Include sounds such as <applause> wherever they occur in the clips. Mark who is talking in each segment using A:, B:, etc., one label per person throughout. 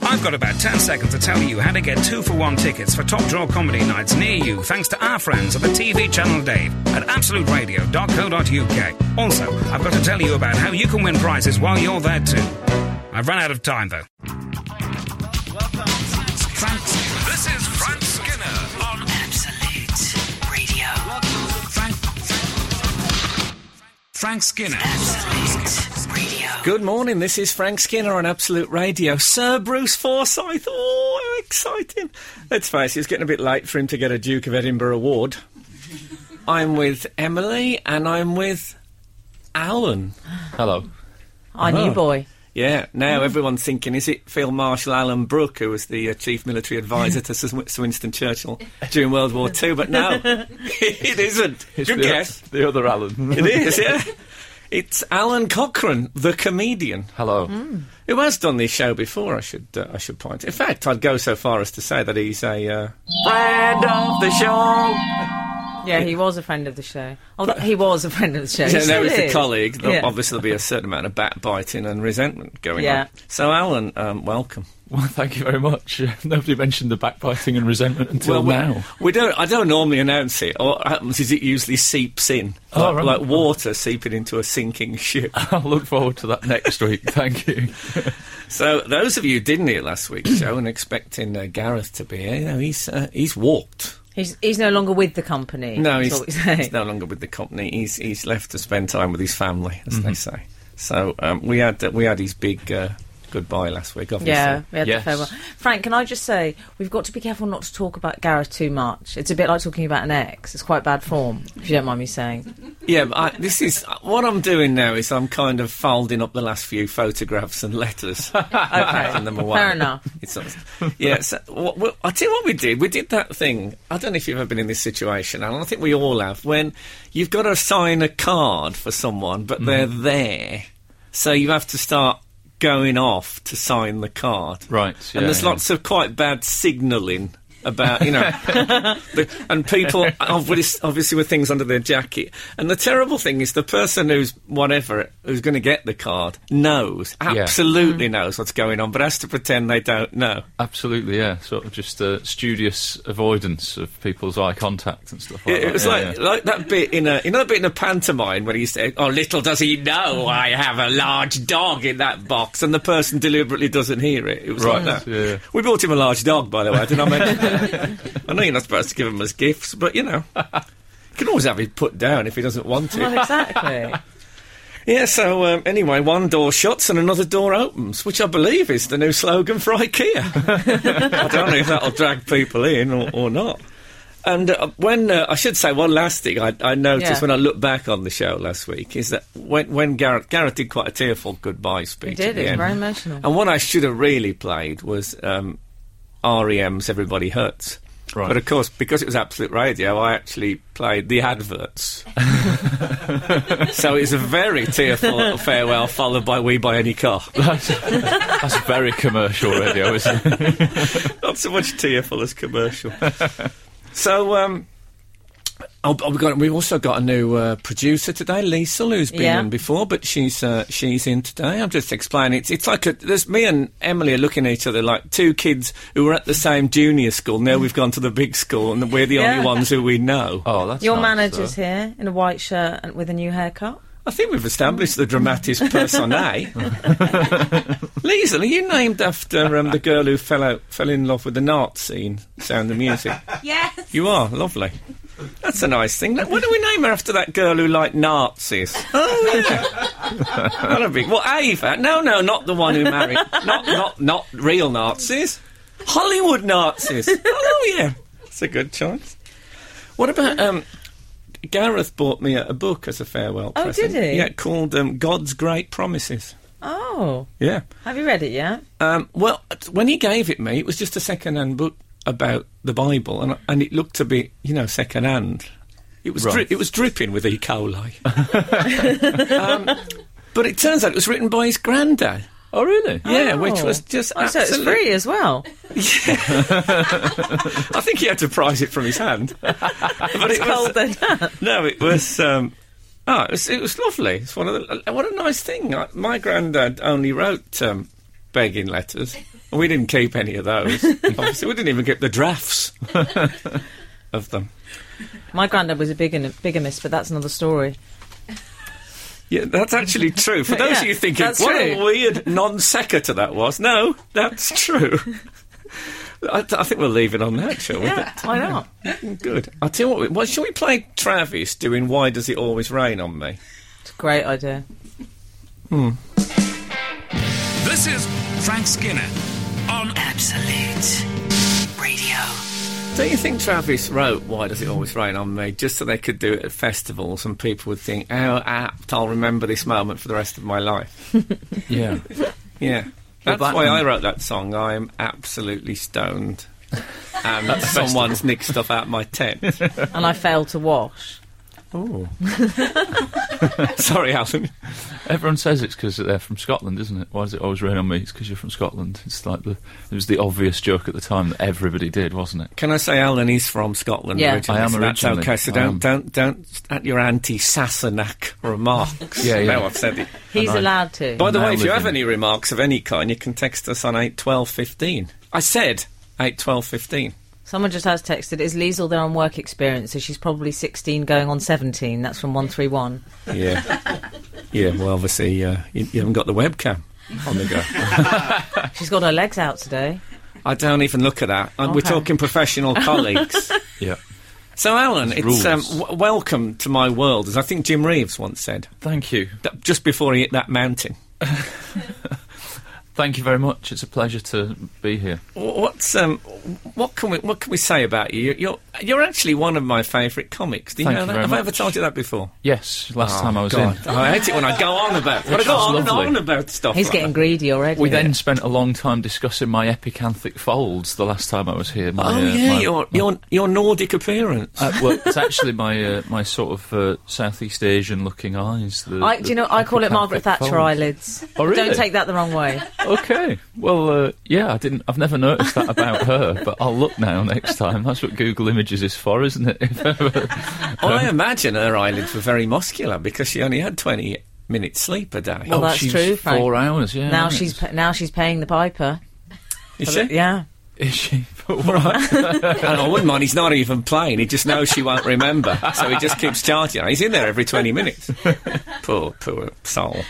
A: I've got about 10 seconds to tell you how to get two for one tickets for top draw comedy nights near you thanks to our friends at the TV channel Dave at absoluteradio.co.uk. Also, I've got to tell you about how you can win prizes while you're there too. I've run out of time though.
B: This is Frank Skinner on
C: Absolute Radio.
A: Frank, Frank Skinner.
C: Absolute Radio.
D: Good morning. This is Frank Skinner on Absolute Radio. Sir Bruce Forsyth. Oh, how exciting! Let's face it, it's getting a bit late for him to get a Duke of Edinburgh award. I'm with Emily and I'm with Alan.
E: Hello.
F: Our
D: Oh.
F: new boy.
D: Yeah. Now everyone's thinking, is it Field Marshal Alan Brooke, who was the uh, chief military advisor to Sir, Sir Winston Churchill during World War Two? But no, <laughs> it isn't.
E: It's
D: Good
E: the,
D: guess.
E: The other Alan.
D: <laughs> It
F: <laughs>
D: is. Yeah. It's Alan Cochrane, the comedian.
E: Hello.
F: Hmm.
D: who has done this show before. I should uh, I should point. In fact, I'd go so far as to say that he's a uh, friend of the show.
F: Yeah, he was a friend of the show. Although he was a friend of the show.
D: So
F: He
D: now
F: still
D: he's the
F: is.
D: colleague. There'll
F: Yeah.
D: Obviously, there'll be a certain amount of backbiting and resentment going
F: Yeah.
D: on. So, Alan, um, welcome.
E: Well, thank you very much. <laughs> Nobody mentioned the backbiting and resentment until
D: we,
E: now. <laughs>
D: we don't. I don't normally announce it. What happens is it usually seeps in,
E: Oh,
D: like,
E: right.
D: like water seeping into a sinking ship.
E: I'll look forward to that next week. <laughs> Thank you.
D: so, those of you who didn't hear last week's show and expecting uh, Gareth to be here, you know, he's uh, he's walked.
F: He's, he's no longer with the company.
D: No,
F: is
D: he's,
F: what we say.
D: he's no longer with the company. He's he's left to spend time with his family, as they say. So um, we had uh, we had his big uh, goodbye last week. Obviously,
F: Yeah, we had
E: Yes.
F: the farewell. Frank, can I just say we've got to be careful not to talk about Gareth too much. It's a bit like talking about an ex. It's quite bad form, if you don't mind me saying. <laughs>
D: yeah. but I, this is what I'm doing now. Is I'm kind of folding up the last few photographs and letters, okay. packing them away.
F: Fair enough.
D: It's not, yeah. So what, what, I tell you what we did. We did that thing. I don't know if you've ever been in this situation, and I think we all have. When you've got to sign a card for someone, but they're there, so you have to start going off to sign the card.
E: Right,
D: And
E: yeah,
D: there's
E: yeah.
D: lots of quite bad signalling. About you know, the, and
E: <laughs>
D: people obviously, obviously with things under their jacket. And the terrible thing is, the person who's whatever who's going to get the card knows absolutely knows what's going on, but has to pretend they don't know.
E: Absolutely, yeah. Sort of just uh, studious avoidance of people's eye contact and stuff like
D: It,
E: that.
D: it was
E: Oh, Yeah,
D: like <laughs>
E: yeah.
D: like that bit in a you know that bit in a pantomime when he said, "Oh, little does he know I have a large dog in that box," and the person deliberately doesn't hear it. It was
E: Right,
D: like that.
E: yeah.
D: We bought him a large dog, by the way. Did I mention? that?
E: <laughs>
D: I know you're not supposed to give him as gifts, but you know. You can always have it put down if he doesn't want
F: Well,
D: it.
F: exactly.
D: yeah, so um, anyway, one door shuts and another door opens, which I believe is the new slogan for IKEA. <laughs> I don't know if that'll drag people in or, or not. And uh, when uh, I should say one last thing, I, I noticed
F: Yeah.
D: when I look back on the show last week is that when when Garrett Garrett did quite a tearful goodbye speech.
F: He did,
D: at the
F: it was
D: end.
F: very emotional.
D: And what I should have really played was um, REM's "Everybody Hurts."
E: Right.
D: But of course, because it was Absolute Radio, I actually played the
E: <laughs>
D: adverts. so it's a very tearful farewell, followed by "We Buy Any Car."
E: That's, that's very commercial radio, isn't
D: <laughs>
E: it?
D: Not so much tearful as commercial. so, um, oh, oh, we got, we've also got a new uh, producer today, Liesl, who's been
F: Yeah.
D: on before, but she's uh, she's in today. I'm just explaining. It's, it's like a, there's me and Emily are looking at each other like two kids who were at the same junior school. Now we've gone to the big school, and we're the
F: Yeah.
D: only ones who we know.
E: Oh, that's
F: Your
E: nice,
F: manager's
E: though.
F: here in a white shirt and with a new haircut.
D: I think we've established the dramatis personae. Liesl, are you named after um, the girl who fell out, fell in love with the Nazi in Sound of Music?
G: Yes.
D: You are lovely. That's a nice thing. What do we name her after that girl who liked Nazis? Oh yeah, <laughs> that'll be well. Ava. No, no, not the one who married. Not, not, not real Nazis. Hollywood Nazis. Oh yeah, it's a good choice. What about um? Gareth bought me a, a book as a farewell.
F: Oh,
D: present.
F: did he?
D: Yeah, called um, "God's Great Promises."
F: Oh,
D: Yeah.
F: have you read it yet?
D: Um, well, t- when he gave it me, it was just a second-hand book about the Bible, and and it looked a bit, you know, second-hand. It was dri-
E: Right.
D: it was dripping with E. coli. <laughs> um, but it turns out it was written by his granddad.
E: Oh, really?
D: Yeah,
F: Oh.
D: Uh, which was just
F: Oh, so it's
D: absolute-
F: free
D: <laughs>
F: as well.
D: I think he had to prise it from his
F: <laughs>
D: hand. but it was
F: Cold then.
D: no, it was. Um, Oh, it was, it was lovely. It's one of the, uh, what a nice thing. I, my granddad only wrote um, begging letters. We didn't keep any of
F: <laughs>
D: those. Obviously, we didn't even keep the drafts of them.
F: My granddad was a bigon- bigamist, but that's another story.
D: Yeah, that's actually true. For those
F: Yeah,
D: of you thinking, what
F: that's
D: a
F: true.
D: weird non sequitur that was. No, that's
F: <laughs>
D: true. I, I think we'll leave it on that, shall we?
F: <laughs>
D: mm,
F: Why not?
D: Good. I'll tell you what, we, well, shall we play Travis doing Why Does It Always Rain on Me?
F: It's a great idea.
B: This is Frank Skinner on
C: Absolute Radio.
D: Don't you think Travis wrote Why Does It Always Rain on Me just so they could do it at festivals and people would think, how apt, I'll remember this moment for the rest of my life?
E: Yeah.
D: Yeah. That's
E: that
D: why
E: and-
D: I wrote that song. I am absolutely
E: <laughs>
D: stoned. And someone's nicked stuff out my tent. <laughs>
F: And I failed to wash.
D: Sorry, Alan.
E: Everyone says it's because they're from Scotland, isn't it? Why does it always rain on me? It's because you're from Scotland. It's like the it was the obvious joke at the time that everybody did, wasn't it?
D: Can I say Alan is from Scotland
F: Yeah.
D: originally?
E: I am
D: so that's
E: originally.
D: okay, so
E: I
D: don't,
E: am.
D: don't, don't, at your anti-Sassenach remarks.
E: Yeah, yeah.
D: Now I've said it.
F: He's
E: I-
F: allowed to.
D: By the
E: Now
D: way, if you
E: living.
D: have any remarks of any kind, you can text us on 81215. I said 81215.
F: Someone just has texted, is Liesl there on work experience? So she's probably 16 going on 17. That's from 131.
D: Yeah. yeah, well, obviously, uh, you, you haven't got the webcam on the go.
F: She's got her legs out today.
D: <laughs> I don't even look at that. Um, We're
F: Okay.
D: talking professional colleagues.
E: Yeah.
D: So, Alan, it's
E: rules.
D: um, w- welcome to my world, as I think Jim Reeves once said,
E: Thank you.
D: that just before he hit that mountain.
E: Thank you very much. It's a pleasure to be here.
D: Wh- What's um, what can we what can we say about you? You're you're, you're actually one of my favourite comics. Do you
E: Thank
D: know
E: you
D: that?
E: very
D: Have I
E: much.
D: ever told you that before?
E: Yes, last time I was in.
D: Oh, I hate it when I go on about. When I go
E: is
D: on and
E: lovely.
D: on about stuff.
F: He's
D: like
F: getting
D: that.
F: greedy already.
E: We then spent a long time discussing my epicanthic folds the last time I was here. My,
D: Oh
E: uh,
D: yeah,
E: my-
D: your your your Nordic appearance.
E: Uh, well, it's actually my uh, my sort of uh, Southeast Asian looking eyes. The,
F: I, do you know, I call it Margaret Thatcher
E: eyelid.
F: eyelids.
E: Oh, really?
F: Don't take that the wrong way.
E: Okay. Well, uh, yeah, I didn't. I've never noticed that about her, but I'll look now next time. That's what Google Images is for, isn't it? <laughs> If uh, ever-
D: I imagine her eyelids were very muscular because she only had twenty minutes sleep a day.
F: Well,
E: Oh,
F: that's
E: she's
F: true, Frank.
E: Four hours. Yeah.
F: now
E: right.
F: she's pa- now she's paying the piper.
D: Is she?
F: Yeah.
E: Is she? <laughs> But what-
D: And I wouldn't mind. He's not even playing. He just knows she won't remember, so he just keeps charging. her. He's in there every twenty <laughs> minutes. poor, poor soul.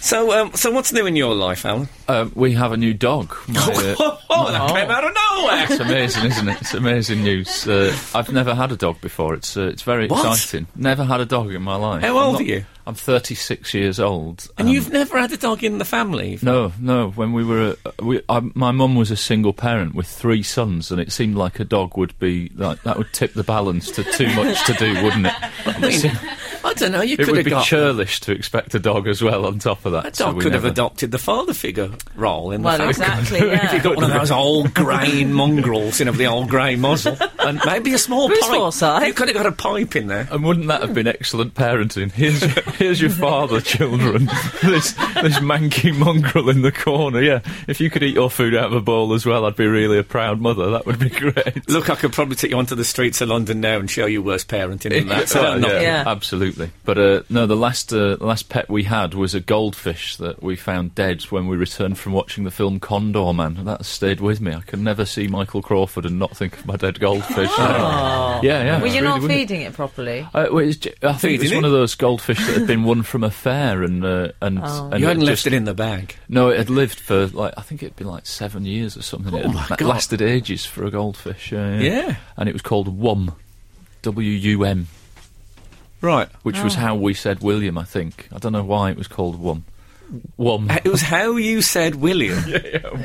D: So, um, so what's new in your life, Alan?
E: um, we have a new dog.
F: <laughs>
E: My, uh,
D: <laughs> oh, that came out of nowhere.
E: it's amazing, isn't it? It's amazing news. Uh, I've never had a dog before. It's uh, it's very
D: What?
E: exciting. Never had a dog in my life.
D: How
E: I'm
D: old
E: not-
D: are you?
E: I'm 36 years old.
D: And
E: um,
D: you've never had a dog in the family.
E: No, no. When we were, uh, we, I, my mum was a single parent with three sons, and it seemed like a dog would be like that would tip the balance to too much to do, wouldn't it?
D: <laughs> I, mean, <laughs> I don't know. You
E: It
D: could
E: would
D: have
E: be
D: got.
E: churlish to expect a dog as well. On top of that,
D: a
E: so
D: dog
E: we
D: could have
E: never-
D: adopted the father figure role in the
F: Well,
D: family.
F: exactly.
D: If you
F: Yeah.
D: got one of those old grey mongrels, you know, with the old grey muzzle, and maybe a small
F: Bruce
D: pipe.
F: Forsyth.
D: You could have got a pipe in there.
E: And wouldn't that have been excellent parenting? Here's here's your father, children. <laughs> this this manky mongrel in the corner. Yeah, if you could eat your food out of a bowl as well, I'd be really a proud mother. That would be great.
D: Look, I could probably take you onto the streets of London now and show you worse parenting than that. So
E: Well,
D: don't knock
E: yeah,
D: it.
F: Yeah.
E: absolutely. But uh, no, the last uh, the last pet we had was a goldfish that we found dead when we returned from watching the film Condor Man. And That stayed with me. I can never see Michael Crawford and not think of my dead goldfish. Yeah, yeah.
F: Were Oh. you
E: it's really
F: not
E: wonderful.
F: feeding it properly?
E: Uh, well, it's, j- I think it's
D: Feeding
E: one
D: it?
E: of those goldfish that had been won from a fair, and uh, and, and
D: You hadn't
E: it
D: left
E: just-
D: it in the bag.
E: No, it had lived for like I think it'd been like seven years or something. it had
D: Oh my
E: la-
D: God.
E: lasted ages for a goldfish. Yeah,
D: Yeah.
E: and it was called Wum, W U M.
D: Right.
E: which was how we said William, I think. I don't know why it was called Wum. Wum.
D: It was how you said William. <laughs>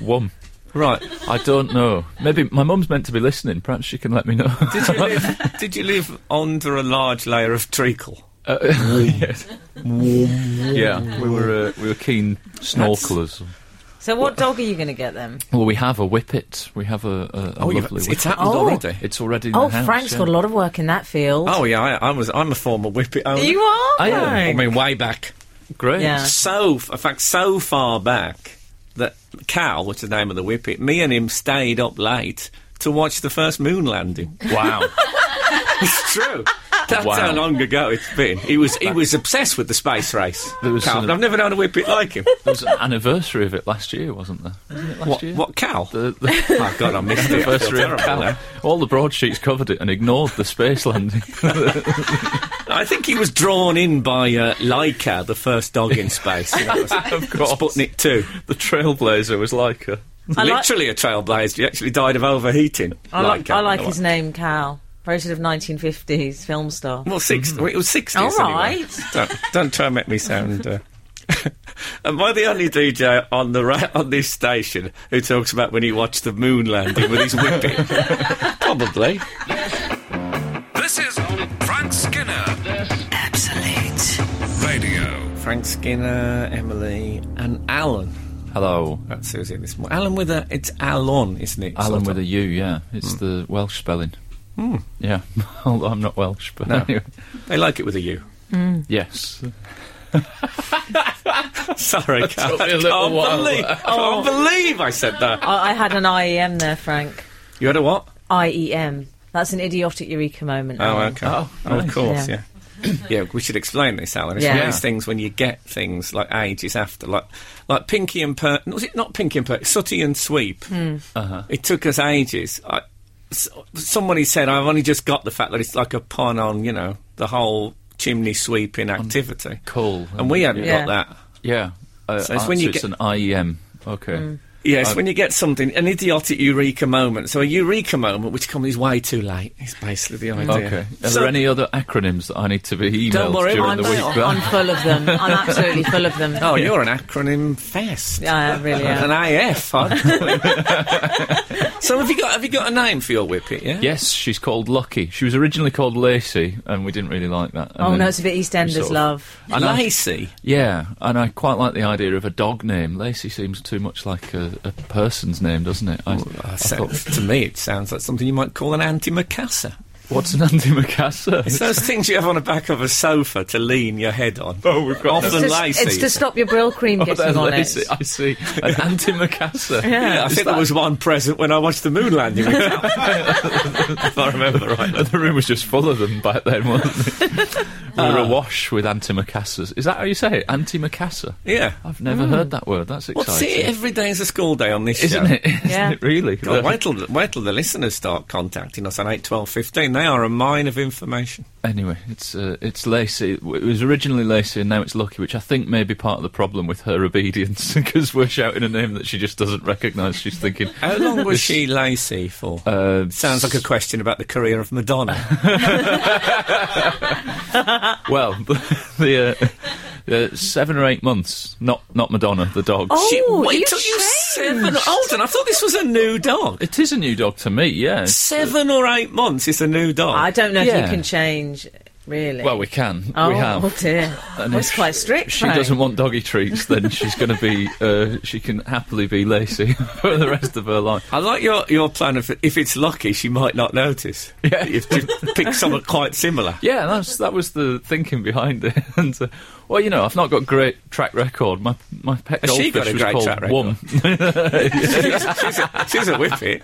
E: Wum.
D: Right.
E: I don't know. Maybe my mum's meant to be listening. Perhaps she can let me know.
D: Did you live, did you live under a large layer of treacle?
E: Uh, yes. <laughs> Yeah, we were uh, we were keen snorkelers.
F: So what dog are you going to get then?
E: Well, we have a whippet. We have a, a, a
D: you've-
E: lovely.
D: it's,
E: whippet.
D: it's happened
F: Oh.
D: already.
E: It's already. In
F: Oh,
E: the house,
F: Frank's
E: yeah.
F: got a lot of work in that field.
D: Oh yeah, I, I was. I'm a former whippet owner.
F: you are.
E: I am.
D: I
F: Frank.
D: mean, way back.
E: Great.
F: Yeah.
D: So, f- in fact, so far back that Cal, which is the name of the whippet, me and him stayed up late to watch the first moon landing.
E: Wow.
D: <laughs> It's true. That's
E: Wow.
D: how long ago it's been. He was he was obsessed with the space race.
E: There was
D: Carl,
E: some-
D: I've never known a whippet like him.
E: There was an anniversary of it last year, wasn't there? Wasn't it last
D: What,
E: year?
D: what cow?
E: The, the
D: Oh God, <laughs> I missed it. I feel
E: anniversary of
D: terrible now.
E: Cal. All the broadsheets covered it and ignored the space
D: <laughs>
E: landing.
D: I think he was drawn in by uh, Laika, the first dog in space. You
E: <laughs>
D: know,
E: of course.
D: Sputnik Two.
E: The trailblazer was like a.
F: I like-
D: Literally a trailblazer. He actually died of overheating.
F: I like,
D: Laika,
F: I like
D: you know
F: his
D: what.
F: name, Cal. Very sort of 1950s film star.
D: Well, six. well, It was sixties.
F: All
D: anyway.
F: right.
D: Don't, don't try and make me sound. Uh... <laughs> Am I the only DJ on the ra- on this station who talks about when he watched the moon landing with his whippet? <laughs> Probably.
B: This is Frank Skinner
C: Absolute
B: Radio.
D: <laughs> Frank Skinner, Emily, and Alan.
E: Hello.
D: That's who's in this morning. Alan with a. It's Alon, isn't it?
E: Alan
D: Sort
E: with
D: of. Hmm.
E: a U, yeah. It's the Welsh spelling. Yeah, <laughs> although I'm not Welsh, but
D: No.
E: anyway.
D: They like it with a U.
E: Yes.
D: Sorry, Oh. Cal.
E: took me
D: <laughs>
E: a
D: I
E: little
D: can't
E: while.
D: believe. I can't believe I said that.
F: I, I had an IEM there, Frank.
D: You had a what?
F: IEM. That's an idiotic eureka moment.
D: Oh,
F: Alan.
D: okay.
E: Oh,
D: of
E: nice.
D: course,
F: Yeah.
D: yeah. yeah, we should explain this, Alan. It's one
F: Yeah.
D: of those things when you get things like ages after, like like Pinky and Per. Was it not Pinky and Per? Sooty and Sweep.
F: Hmm.
D: It took us ages. I s somebody said, "I've only just got the fact that it's like a pun on, you know, the whole chimney sweeping activity."
E: Cool.
D: And we hadn't got
F: Yeah.
D: that.
E: Yeah. Uh,
D: So it's when you
E: it's
D: get-
E: an IEM. E Okay.
D: Yes, when you get something, an idiotic eureka moment. So a eureka moment, which comes way too late, is basically the idea.
E: Okay. Are
D: So-
E: there any other acronyms that I need to be emailed
D: Don't worry,
E: during
F: I'm,
E: the
F: full,
E: week?
F: I'm full of them. I'm absolutely full of them.
D: Oh, you're an acronym fest.
F: Yeah, I really
D: An
F: am.
D: AF. I'd- so have you got have you got a name for your whippet? Yeah.
E: <laughs> Yes, she's called Lucky. She was originally called Lacey, and we didn't really like that. And
F: Oh,
E: then
F: no, it's a bit EastEnders
E: sort of-
F: love.
E: And I-
D: Lacey.
E: yeah, and I quite like the idea of a dog name. Lacey seems too much like a, a person's name, doesn't it? I, I
D: Sounds- to me, it sounds like something you might call an antimacassar.
E: what's an
D: <laughs>
E: antimacassar? <laughs>
D: It's those things you have on the back of a sofa to lean your head on. Oh, we've got
F: It's <laughs>
D: often
F: to,
D: lacy.
F: it's to stop your brill cream
E: <laughs> Oh, they're
F: getting on
E: lazy.
F: it.
E: I see. An
F: <laughs>
E: antimacassar. <laughs>
D: yeah, I think there was one present when I watched the moon landing. if I remember right.
E: the room was just full of them back then, wasn't it?
F: <laughs>
E: we
F: Ah.
E: were awash with antimacassars. Is that how you say it? Antimacassar?
D: Yeah.
E: I've never
F: Hmm.
E: heard that word. That's
D: Well,
E: exciting.
D: see, every day is a school day on this
E: Isn't
D: show.
E: it? Isn't
F: Yeah.
E: it really?
D: God, wait, till, wait till the listeners start contacting us on 8, 12, 15. They are a mine of information.
E: Anyway, it's uh, it's Lacey. It was originally Lacey, and now it's Lucky, which I think may be part of the problem with her obedience, <laughs> because we're shouting a name that she just doesn't recognise. She's thinking,
D: How long was she Lacey for?
E: uh,
D: Sounds like a question about the career of Madonna.
E: well, <laughs> the, the uh, uh, seven or eight months. Not not Madonna, the dog.
F: Oh,
D: what, <laughs>
F: you
D: it took you
F: changed.
D: seven. Hold on, I thought this was a new dog.
E: It is a new dog to me. Yeah.
D: Seven or eight months is a new dog.
F: I don't know if
E: Yeah.
F: you can change, really.
E: Well, we can.
F: oh,
E: we have.
F: dear.
E: And
F: That's
E: if
F: quite strict,
E: She
F: Frank.
E: doesn't want doggy treats, then she's going to be. Uh, she can happily be Lacey <laughs> for the rest of her life.
D: I like your, your plan of if it's lucky, she might not notice.
E: Yeah.
D: You've just picked someone quite similar.
E: Yeah, that's that was the thinking behind it. <laughs> And uh, well, you know, I've not got great track record. My my pet
D: Has she
E: goldfish
D: got a great
E: was called
D: track record?
E: Wum.
D: she's, she's a, she's a whippet.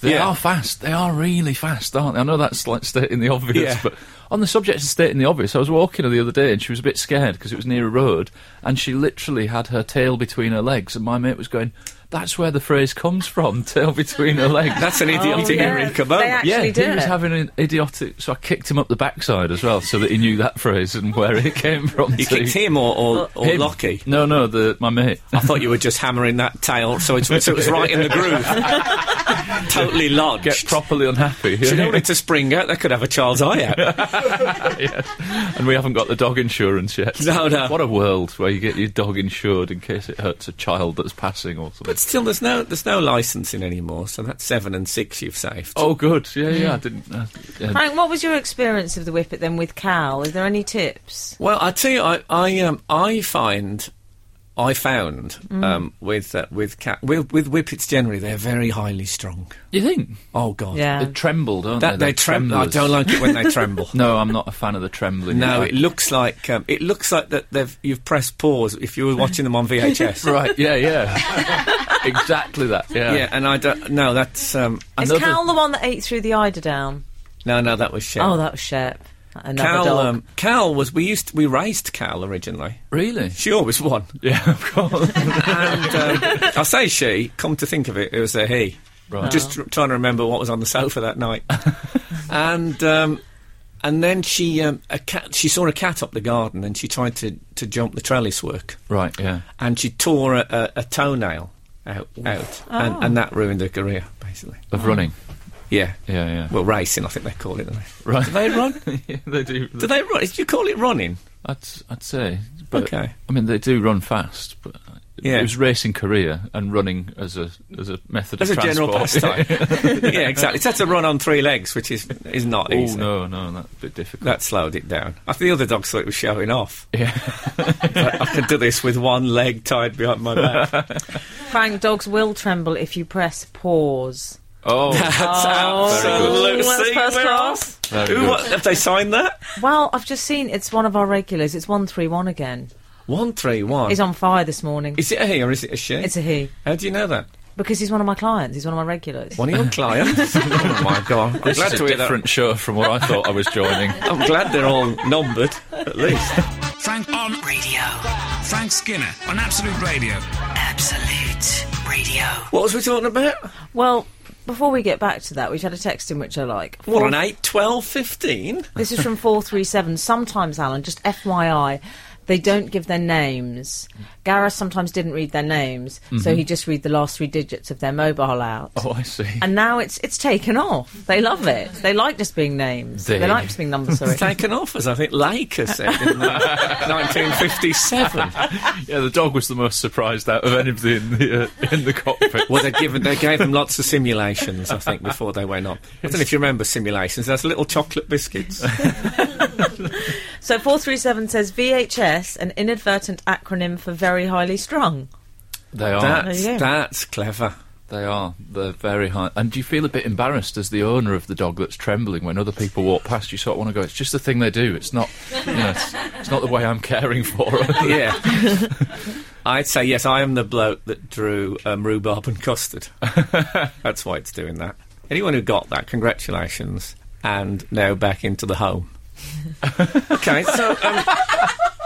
E: They
D: Yeah.
E: are fast. They are really fast, aren't they? I know that's like stating the obvious,
D: Yeah.
E: but on the subject of stating the obvious, I was walking her the other day and she was a bit scared because it was near a road and she literally had her tail between her legs. And my mate was going, That's where the phrase comes from, tail between her legs.
D: <laughs> That's an idiotic
F: Oh, yeah.
D: eureka
F: They
D: moment.
F: act-
E: yeah,
F: actually
E: he
F: do
E: was
F: it.
E: having an idiotic. So I kicked him up the backside as well so that he knew that phrase and where it came from.
D: You
E: too.
D: kicked him or, or, or
E: Him.
D: Lockie?
E: No, no, the,
D: <laughs>
E: my mate.
D: I thought you were just hammering that tail so, it's, so it was right in the <laughs> groove. totally lodged.
E: Get properly unhappy.
D: She
E: <laughs>
D: don't want it to spring out. That could have a child's eye out.
E: and we haven't got the dog insurance yet.
D: No, no.
E: What a world where you get your dog insured in case it hurts a child that's passing or something.
D: But still, there's no there's no licensing anymore. So that's seven and six you've saved.
E: oh, good. Yeah, yeah. I didn't. Uh, yeah.
F: Frank, what was your experience of the whippet then with Cal? Is there any tips?
D: well, I tell you, I I um I find. I found um, with uh, with cat with, with whippets generally they're very highly strong.
E: You think
D: Oh God,
F: Yeah.
E: they tremble, don't
D: that they
E: they? They're
D: tremble. I
E: tremblers.
D: don't like it when they
E: <laughs>
D: tremble.
E: No, I'm not a fan of the trembling.
D: No,
E: Right.
D: it looks like um, it looks like that they've you've pressed pause if you were watching them <laughs> on VHS.
E: right. Yeah,
D: <laughs>
E: yeah. exactly that. Yeah.
D: Yeah, and I don't. No, that's um,
F: Is
E: Another-
F: Cal the one that ate through the eiderdown?
D: No, no, that was Shep.
F: Oh, that was Shep. Another
D: Cal,
F: dog.
D: um, Cal was we used we raised Cal originally.
E: Really?
D: She always won.
E: Yeah,
D: <laughs>
E: of course.
D: and
E: <laughs>
D: um, I say she. Come to think of it, it was a he.
E: Right.
D: Just tr- trying to remember what was on the sofa that night. and um, and then she um, a cat. She saw a cat up the garden, and she tried to to jump the trellis work,
E: right, yeah.
D: and she tore a, a, a toenail out out,
E: Oh.
D: and, and that ruined her career basically.
E: Of running.
D: Yeah.
E: Yeah, yeah.
D: Well, racing, I think they call it. Don't they?
E: right.
D: Do they run?
E: <laughs> yeah, they do.
D: Do they run? Do you call it running?
E: I'd, I'd say. But,
D: Okay.
E: I mean, they do run fast, but
D: Yeah.
E: it was racing career and running as a as a method
D: As a
E: of
D: general
E: transport.
D: pastime. yeah, exactly. It's had to run on three legs, which is is not
E: <laughs> oh,
D: easy.
E: no, no, that's a bit difficult.
D: That slowed it down. I think the other dog thought it was showing off. <laughs>
E: yeah.
D: I I could do this with one leg tied behind my
E: <laughs>
D: back. That's
F: Frank, dogs will tremble if you press pause.
E: Oh,
D: <laughs> absolute.
F: that's
D: See,
F: first
D: we're
F: class.
D: off.
E: Very
D: Who
E: good.
D: wa- have they signed that?
F: Well, I've just seen it's one of our regulars. It's 131 again.
D: One three one.
F: He's on fire this morning.
D: Is it a he or is it a she?
F: it's a he.
D: How do you know that?
F: Because he's one of my clients. He's one of my regulars.
D: One of
E: <laughs>
D: your clients. oh my god! I'm
E: this
D: glad
E: is
D: to
E: a
D: hear
E: different show from what I
D: <laughs>
E: thought I was joining.
D: that. I'm glad they're all numbered at least.
E: <laughs>
B: Frank on
C: Radio.
B: Frank Skinner on Absolute Radio.
C: Absolute Radio.
D: What was we talking about?
F: Well, before we get back to that, we've had a text in which I like.
D: What an eight, twelve, fifteen.
F: This is
E: <laughs>
F: from 437. Sometimes, Alan, just FYI, they don't give their names. Gareth sometimes didn't read their names, so he just read the last three digits of their mobile out.
E: Mm-hmm. Oh, I see.
F: And now it's it's taken off. They love it. They like just being names. They,
E: They-
F: like just being numbers, sorry.
D: Taken off, as I think Laker said in
E: <laughs>
D: 1957.
E: yeah, the dog was the most surprised out of anybody in the uh, in the cockpit.
D: Well, they given they gave them lots of simulations, I think, before they went up. I don't know if you remember simulations. That's little chocolate biscuits.
F: Oh. So 437 says VHS, an inadvertent acronym for very highly strung.
E: They are.
D: That's
F: There you go.
D: that's clever.
E: They are. They're very high. And do you feel a bit embarrassed as the owner of the dog that's trembling when other people walk past? You sort of want to go. It's just the thing they do. It's not. You know, it's, it's not the way I'm caring for
F: <laughs>
E: her.
D: Yeah. I'd say yes. I am the bloke that drew um, rhubarb and
F: <laughs>
D: custard. That's why it's doing that. Anyone who got that, congratulations. And now back into the home. okay, so um,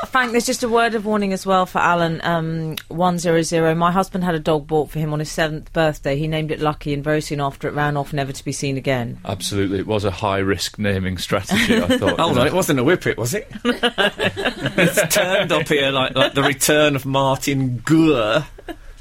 F: Frank, there's just a word of warning as well for Alan. Um, one zero zero. My husband had a dog bought for him on his seventh birthday. He named it Lucky, and very soon after, it ran off, never to be seen again.
E: <laughs> Absolutely, it was a high risk naming strategy. I thought.
D: hold
E: you know.
D: on, it wasn't a whippet, was
F: <laughs>
D: it? it's turned up here like, like the return of Martin Gore.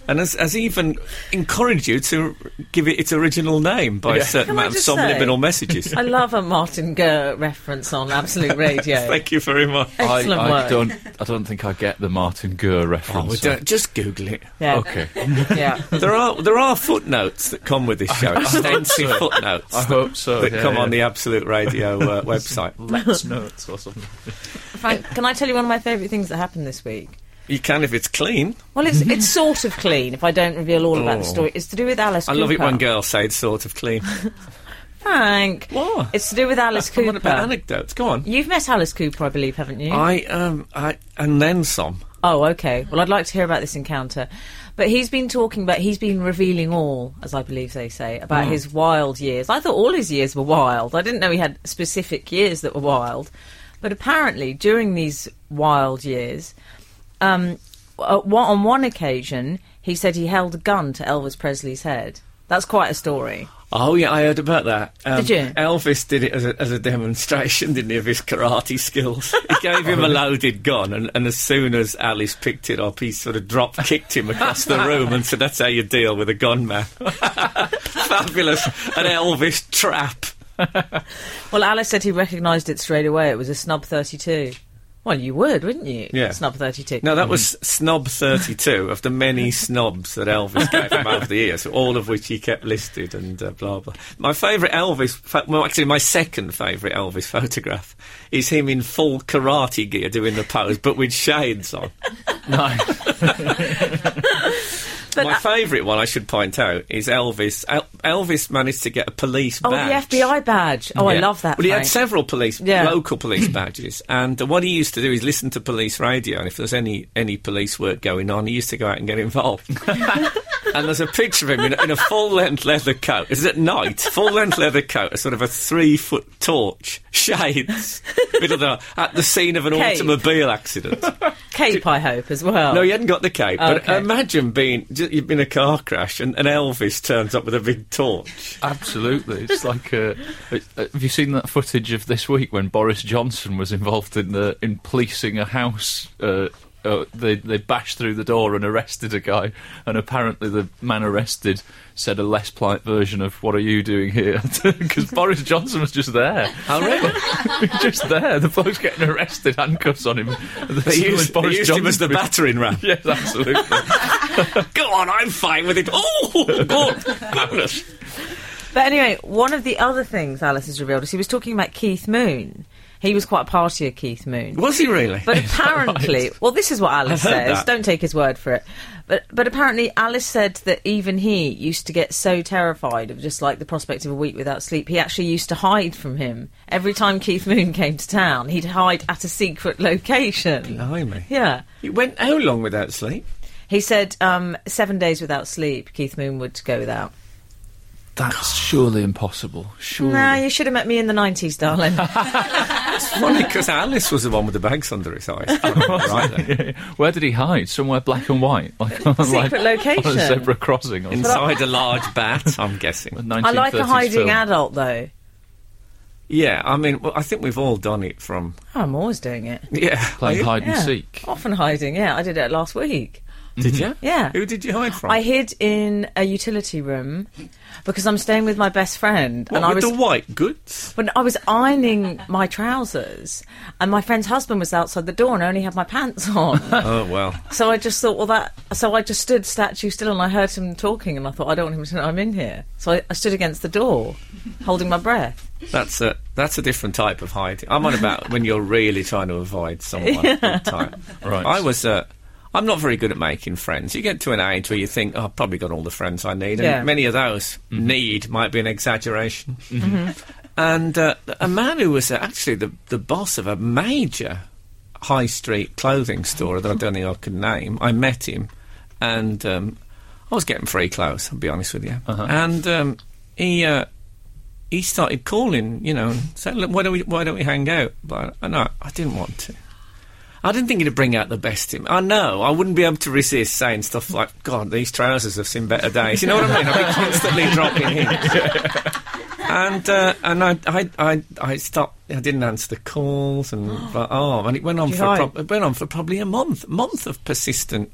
D: And has, has even encouraged you to give it its original name by a certain
F: Can I
D: amount of
F: just say-
D: subliminal
F: <laughs>
D: messages.
F: I love a Martin Gurr reference on Absolute Radio.
D: <laughs> Thank you very much.
E: I,
F: Excellent
E: I
F: work.
E: don't. I don't think I get the Martin Gurr
D: Oh, we
E: reference.
D: don't, just Google it.
F: Yeah,
E: okay.
F: yeah.
D: There are there are footnotes that come with this show. Extensive footnotes
E: I hope so.
D: that
E: yeah,
D: come
E: yeah.
D: on the Absolute Radio
F: <laughs>
D: uh, website.
E: Let's notes or something.
F: Frank, can I tell you one of my favourite things that happened this week?
D: You can if it's clean.
F: Well, it's it's sort of clean. If I don't reveal all about the
D: Oh.
F: story, it's to do with Alice.
D: I love it
F: Cooper.
D: when girls say it's sort of clean.
F: Frank,
D: What?
F: It's to do with Alice
D: Come on
F: Cooper.
D: about anecdotes. Go on.
F: You've met Alice Cooper, I believe, haven't you?
D: I um I and then some.
F: Oh, okay. Well, I'd like to hear about this encounter. But he's been talking about, he's been revealing all, as I believe they say, about
D: Hmm.
F: his wild years. I thought all his years were wild. I didn't know he had specific years that were wild. But apparently, during these wild years, um, uh, one- on one occasion, he said he held a gun to Elvis Presley's head. That's quite a story.
D: Oh yeah, I heard about that. Um,
F: Did you?
D: Elvis did it as a, as a demonstration, didn't he, of his karate skills?
F: <laughs>
D: He gave him a loaded gun, and, and as soon as Alice picked it up, he sort of drop kicked him across the room and said, "That's how you deal with a gunman." <laughs> Fabulous, an Elvis trap.
F: Well, Alice said he recognised it straight away. It was a snub 32. Well, you would, wouldn't you?
D: Yeah.
F: Snub 32.
D: No, that was Snob 32 of the many snobs that Elvis gave him over the years, all of which he kept listed and uh, blah, blah. My favourite Elvis, fa- well, actually, my second favourite Elvis photograph is him in full karate gear doing the pose, but with shades on.
E: No.
F: <laughs> But
D: My
F: that-
D: favourite one, I should point out, is Elvis. El- Elvis managed to get a police
F: Oh,
D: badge.
F: the FBI badge. Oh, I
D: Yeah.
F: love that.
D: Well, he had
F: thing.
D: several police,
F: Yeah.
D: local police badges, and uh, what he used to do is listen to police radio, and if there's any any police work going on, he used to go out and get
F: <laughs>
D: involved. and there's a picture of him in, a- in a full length leather coat. It's at night, full length leather coat, a sort of a three foot torch, shades, middle of the, at the scene of an
F: Cape.
D: automobile accident.
F: cape, I hope as well.
D: No, he hadn't got the cape.
F: Oh,
D: but
F: okay.
D: imagine being ju- you've been in a car crash and, and Elvis turns up with a big torch.
E: Absolutely, it's like. Uh, it, uh, have you seen that footage of this week when Boris Johnson was involved in the in policing a house? Uh, uh, they they bashed through the door and arrested a guy, and apparently the man arrested said a less polite version of "What are you doing here?" <laughs> Because Boris Johnson was just there.
D: Oh, really?
E: <laughs> just there. The bloke's getting arrested, handcuffs on him. <laughs> The
D: They
E: same as
D: used, they used him as the
E: Johnson-
D: battering ram.
E: <laughs> Yes, absolutely.
D: Go on, I'm fine with it. Oh, <laughs> good, goodness.
F: But anyway, one of the other things Alice has revealed is he was talking about Keith Moon. He was quite a partier, Keith Moon.
D: Was he really? <laughs>
F: But apparently, well, this is what Alice
D: I've heard
F: says.
D: that.
F: Don't take his word for it. But but apparently, Alice said that even he used to get so terrified of just like the prospect of a week without sleep. He actually used to hide from him every time Keith Moon <laughs> came to town. He'd hide at a secret location.
D: Blimey.
F: Yeah,
D: He went how long without sleep?
F: he said um, seven days without sleep. Keith Moon would go without.
E: That's surely impossible. Surely.
F: Nah, you should have met me in the nineties,
D: <laughs>
F: darling.
D: It's funny because Alice was the one with the bags under his eyes. <laughs> right
E: <laughs>
D: there.
E: Where did he hide? Somewhere black and white, <laughs> like on, like,
F: location.
E: on a zebra crossing. Or
D: Inside a large bat, I'm guessing.
F: I like a hiding
E: ad.
F: adult though.
D: Yeah, I mean, well, I think we've all done it from.
F: I'm always doing it.
D: Yeah.
E: Playing hide and
F: Yeah.
E: seek.
F: Often hiding. Yeah, I did it last week.
D: Did you?
F: Yeah.
D: Who did you hide from?
F: I hid in a utility room because I'm staying with my best friend,
D: What,
F: and I
D: with
F: was
D: the white goods.
F: when I was ironing my trousers, and my friend's husband was outside the door and I only had my pants on.
D: <laughs> Oh well.
F: so I just thought, well, that. So I just stood statue still, and I heard him talking, and I thought, I don't want him to know I'm in here. So I, I stood against the door, holding my breath.
D: That's a that's a different type of hiding. I'm on about when you're really trying to avoid
F: <laughs>
D: someone big time.
E: Right.
D: I was. Uh, I'm not very good at making friends. You get to an age where you think, oh, I've probably got all the friends I need, and
F: Yeah.
D: many of those need might be an exaggeration. And uh, a man who was uh, actually the the boss of a major high street clothing store that I don't think I could name. I met him, and um, I was getting free clothes. I'll be honest with you. And um, he. Uh, he started calling, you know, and said, "Look, why don't we why don't we hang out?" But I, no, I didn't want to. I didn't think it'd bring out the best in me. I know I wouldn't be able to resist saying stuff like, "God, these trousers have seen better days." You know what I mean? I'd
F: <laughs>
D: be constantly dropping hints. <laughs> And uh, and I I I I stopped. I didn't answer the calls,
F: <gasps>
D: and but, oh, and it went on
F: Did you
D: for
F: hide?
D: prob- it went on for probably a month, month of persistent.